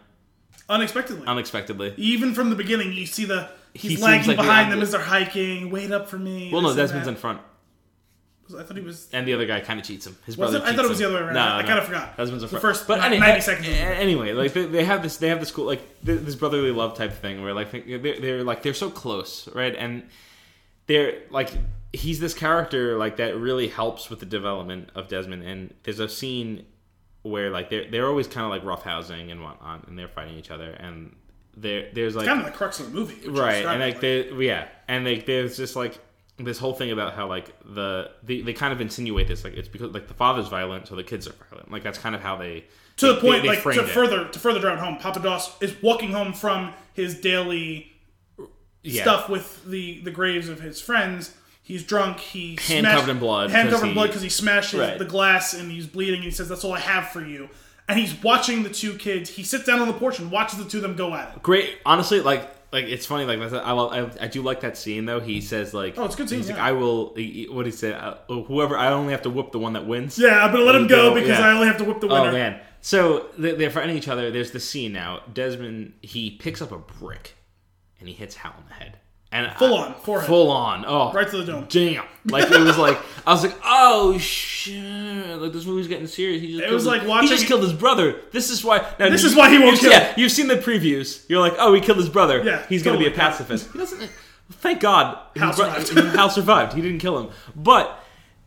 Unexpectedly. unexpectedly. Even from the beginning, you see the Um, He he's seems lagging like the behind them obvious- as they're hiking. Wait up for me. Well, no, this Desmond's in and front, that. I thought he was. and the other guy kind of cheats him. His Was brother. it? I cheats thought it was him. the other way around. No, I no. kinda forgot. Desmond's in The front. first but ni- any- 90 seconds of the a- Anyway, like they, they have this, they have this cool, like th- this brotherly love type thing where like they- they're, they're like they're so close, right? And they're like he's this character like that really helps with the development of Desmond. And there's a scene where like they're they're always kind of like roughhousing and whatnot, and they're fighting each other. And there there's like Kind of the crux of the movie. which I'm right and describing, like they yeah and like there's just like this whole thing about how like the they, they kind of insinuate this like it's because like the father's violent so the kids are violent like that's kind of how they to the point, they like framed to it. further to further drive it home, Papa Doss is walking home from his daily yeah. stuff with the the graves of his friends. He's drunk. He Hand smashed- covered in blood Hand 'cause covered in he- blood because he smashes Right. the glass and he's bleeding. And he says, "That's all I have for you." And he's watching the two kids. He sits down on the porch and watches the two of them go at it. great honestly like like it's funny like that's, I love I, I do like that scene though he says like Oh, it's a good scene, he's like yeah. I will he- he- what he said uh, whoever I only have to whoop the one that wins Yeah, I'm gonna let him go Yeah. because I only have to whip the winner. Oh man! So they- they're fighting each other. There's the scene now. Desmond he picks up a brick, and he hits Hal in the head. And Full I- on, forehead. full on. Oh, Right to the dome. Damn! Like it was like I was like, oh shit! Like this movie's getting serious. He just killed was his- like watching- He just killed his brother. This is why. now, This you- is why he you've- won't kill. Yeah, you've seen the previews. You're like, oh, he killed his brother. Yeah, he's gonna be a totally. pacifist. He doesn't. Thank God, Hal his bro- survived. Hal survived. He didn't kill him, but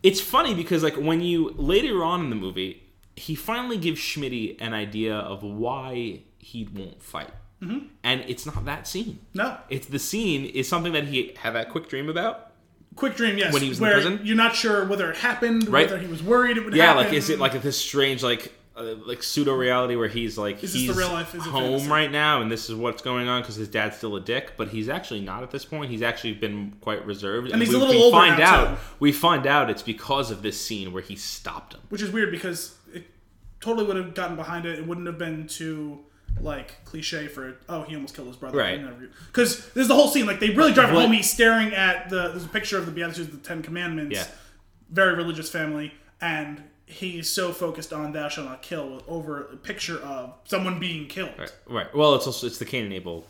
it's funny because like when you later on in the movie, he finally gives Schmitty an idea of why he won't fight, Mm-hmm. and it's not that scene. No, It's the scene is something that he had that quick dream about. quick dream. Yes, When he was in where prison? You're not sure whether it happened, Right. whether he was worried it would Yeah, happen. like is it like this strange like uh, like pseudo reality where he's like Is this he's the real life? Is it home fantasy? right now and this is what's going on because his dad's still a dick, but he's actually not at this point. He's actually been quite reserved, and, he's we, a little we older find now, out too. we find out it's because of this scene where he stopped him. which is weird because it totally would have gotten behind it. It wouldn't have been too like cliche for oh he almost killed his brother Right. because there's the whole scene like they really drive it What- home he's staring at the there's a picture of the beatitudes the ten commandments Yeah. very religious family and he's so focused on thou shalt not kill over a picture of someone being killed Right. Well, it's also it's the Cain and Abel.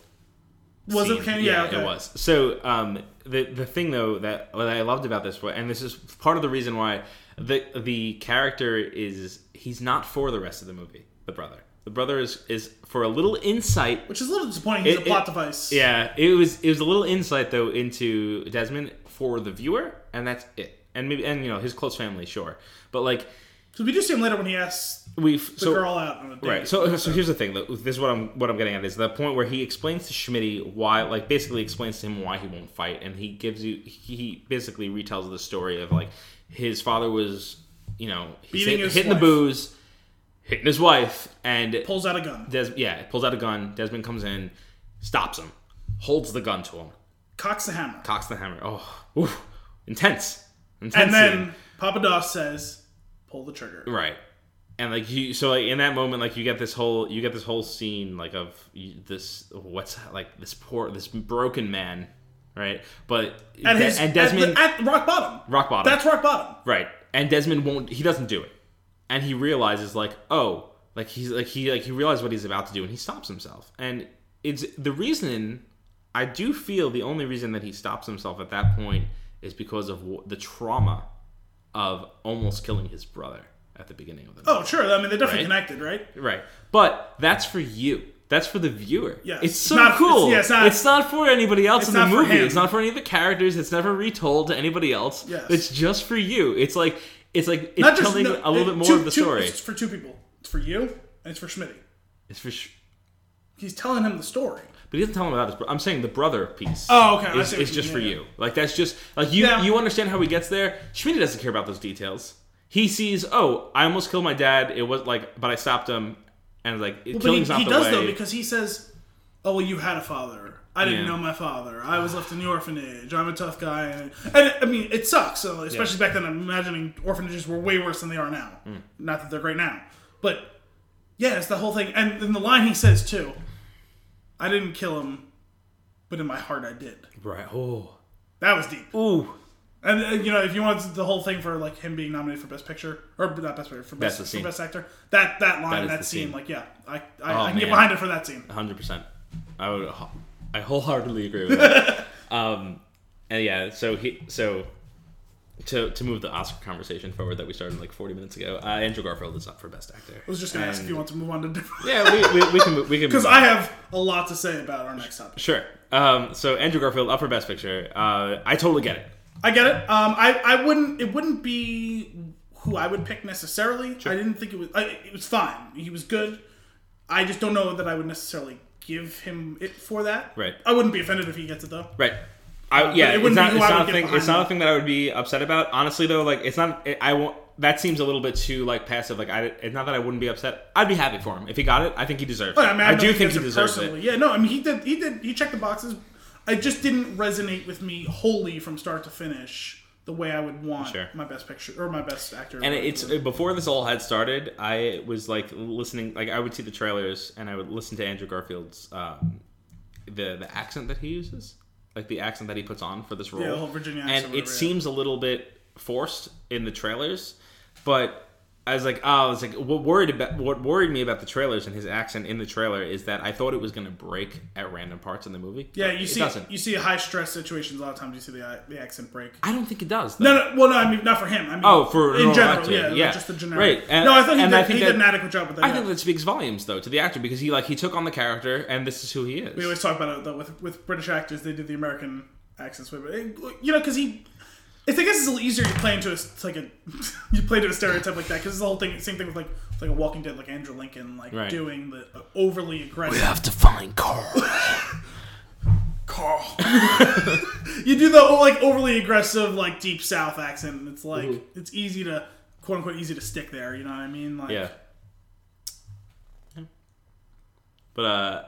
was scene. it Ken? yeah, okay. it was. So um, the the thing though that what I loved about this, wa- and this is part of the reason why the the character is he's not for the rest of the movie. The brother, the brother is is for a little insight which is a little disappointing he's It- a plot it- device Yeah, it was it was a little insight though into Desmond for the viewer, and that's it. And maybe and you know his close family, sure, but like so we do see him later when he asks we've the so girl out on a date right. So so here's the thing. though, This is what I'm what I'm getting at is the point where he explains to Schmitty why, like basically explains to him why he won't fight, and he gives you he basically retells the story of like his father was you know he's Beating hit- his hitting wife. the booze, hitting his wife, and pulls out a gun Des- yeah pulls out a gun. Desmond comes in, stops him, holds the gun to him. cocks the hammer cocks the hammer. Oh, oof. intense, intense. and then scene. Papa Doss says pull the trigger right, and like you, so like in that moment, like you get this whole, you get this whole scene, like of you- this what's like this poor, this broken man, right? But and, his, and at the- Desmond at, rock bottom rock bottom. that's rock bottom Right. And Desmond won't he doesn't do it. And he realizes like, oh, like he's like he like he realizes what he's about to do and he stops himself. And it's the reason I do feel the only reason that he stops himself at that point is because of wh- the trauma of almost killing his brother at the beginning of the Oh, sure. I mean, they're definitely Right? connected, right? Right. But that's for you. That's for the viewer. Yes. It's so Not- cool. it's- yeah, it's not- for anybody else in the not for movie. him. It's not for any of the characters. It's never retold to anybody else. Yes. It's just for you. It's like it's like it's Not just telling no, a little it- bit more two- of the two- story. It's for two people. It's for you and it's for Schmitty. It's for sh- He's telling him the story. but he doesn't tell him about his. Bro- I'm saying the brother piece. Oh, okay, I see It's, what you just mean, for yeah, you. Like that's just like you. Yeah. You understand how he gets there. Schmidt doesn't care about those details. He sees, oh, I almost killed my dad. It was like, but I stopped him, and like it But he, killing's not he the does way. though because he says, "Oh well, you had a father. I didn't Yeah. know my father. I was left in the orphanage. I'm a tough guy." And, and I mean, it sucks. So especially back then, I'm imagining orphanages were way worse than they are now. Hmm. Not that they're great now, but yeah, it's the whole thing. And then the line he says too, "I didn't kill him, but in my heart, I did." right. Oh. That was deep. Ooh. And uh, you know, if you want the whole thing for like him being nominated for best picture or not best picture for best, the for scene. best actor, that that line, That is that, the scene, scene. like yeah, I I, Oh, I can get man. behind it for that scene. hundred percent. I would. I wholeheartedly agree with that. um, and yeah, so he so to to move the Oscar conversation forward that we started like forty minutes ago. Uh, Andrew Garfield is up for Best Actor. I was just gonna ask if you want to move on to different Yeah, we, we, we can move- we can because move on. I have a lot to say about our next topic. sure. Um, so Andrew Garfield up for Best Picture. Uh, I totally get it. I get it. Um, I I wouldn't it wouldn't be who I would pick necessarily. I didn't think it was. I, it was fine. He was good. I just don't know that I would necessarily give him it for that. Right. I wouldn't be offended if he gets it though. Right. I, yeah, it it's wouldn't not, be who it's I not would a get thing. It's behind not a that. thing that I would be upset about. Honestly, though, like it's not. I won't. That seems a little bit too like passive. Like I, it's not that I wouldn't be upset. I'd be happy for him if he got it. I think he deserves. But it. Oh, I mean, I, I know do think gets he deserves it. personally. Yeah, no, I mean, he did, he did, he checked the boxes. It just didn't resonate with me wholly from start to finish the way I would want Sure. my best picture or my best actor. And it's uh, before this all had started. I was like listening, like I would see the trailers, and I would listen to Andrew Garfield's um, the the accent that he uses, like the accent that he puts on for this role. the whole Virginia accent, and it whatever, yeah. seems a little bit forced in the trailers, but I was like, oh, I was like, what worried about what worried me about the trailers and his accent in the trailer is that I thought it was going to break at random parts in the movie. yeah, you It see, doesn't. you see high stress situations a lot of times. You see the uh, the accent break. I don't think it does. Though. No, no, well, no, I mean not for him. I mean, Oh, for in Nolan general, Actor, yeah, like, yeah. just the generic. Right, and- no, I thought he, and did, I think he did that- an adequate job with that. I yeah. think that speaks volumes though to the actor because he like he took on the character and this is who he is. we always talk about it though with with British actors. They did the American accents way, but it- you know, because he, it's, I guess it's a little easier to play into a s- like a you play into a stereotype like that because it's the whole thing. Same thing with like with, like a Walking Dead, like Andrew Lincoln, like Right. doing the overly aggressive. have to find Carl. Carl. you do the like overly aggressive, like deep South accent, and it's like it's easy to quote unquote easy to stick there. You know what I mean? Like, yeah. But uh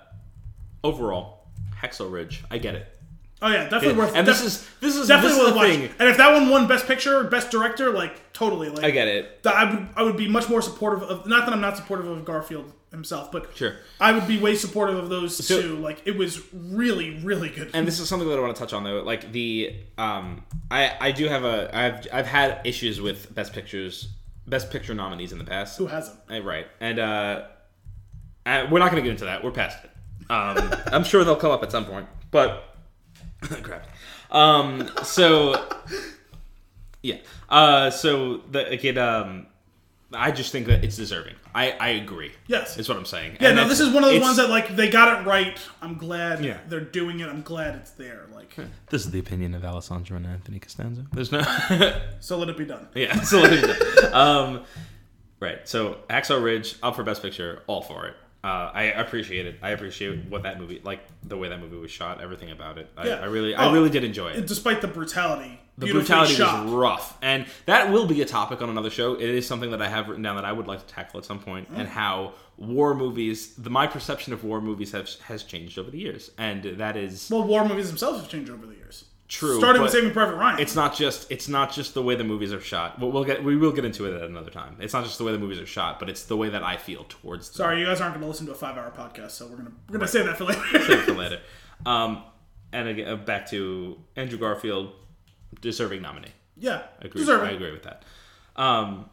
overall, Hexel Ridge, I get it. Oh yeah, definitely worth. and this def- is this is definitely this is worth the watching. thing. And if that one won Best Picture, Best Director, like totally, like I get it. that I would I would be much more supportive of. Not that I'm not supportive of Garfield himself, but Sure. I would be way supportive of those So- two. Like it was really, really good. and this is something that I want to touch on though. Like the um, I I do have a I've I've had issues with best pictures best picture nominees in the past. Who hasn't? Uh, Right, and uh, uh we're not going to get into that. We're past it. Um, I'm sure they'll come up at some point, but crap. Um, so yeah, uh, so the it um. I just think that it's deserving. I, I agree. Yes. is what I'm saying. Yeah, no, this is one of those that. ones that like they got it right. I'm glad Yeah. they're doing it. I'm glad it's there. Like, This is the opinion of Alessandro and Anthony Costanzo. There's no, so let it be done. yeah, absolutely. um, right. So Axel Ridge up for Best Picture, all for it. Uh, I appreciate it. I appreciate what that movie, like the way that movie was shot, everything about it. I, Yeah. I really, Oh. I really did enjoy it. Despite the brutality, The beautifully brutality shot. was rough, and that will be a topic on another show. It is something that I have written down that I would like to tackle at some point, Mm. and how war movies, the, my perception of war movies have, has changed over the years, and that is well, war movies themselves have changed over the years. True, Starting with but- Saving Private Ryan. it's not just it's not just the way the movies are shot. Well, we'll get we will get into it at another time. It's not just the way the movies are shot, but it's the way that I feel towards them Sorry, you guys aren't going to listen to a five-hour podcast, so we're gonna we're gonna save that for later. for later. Um, and again, uh, back to Andrew Garfield, deserving nominee. yeah, Agree. deserve I it. agree with that. Um,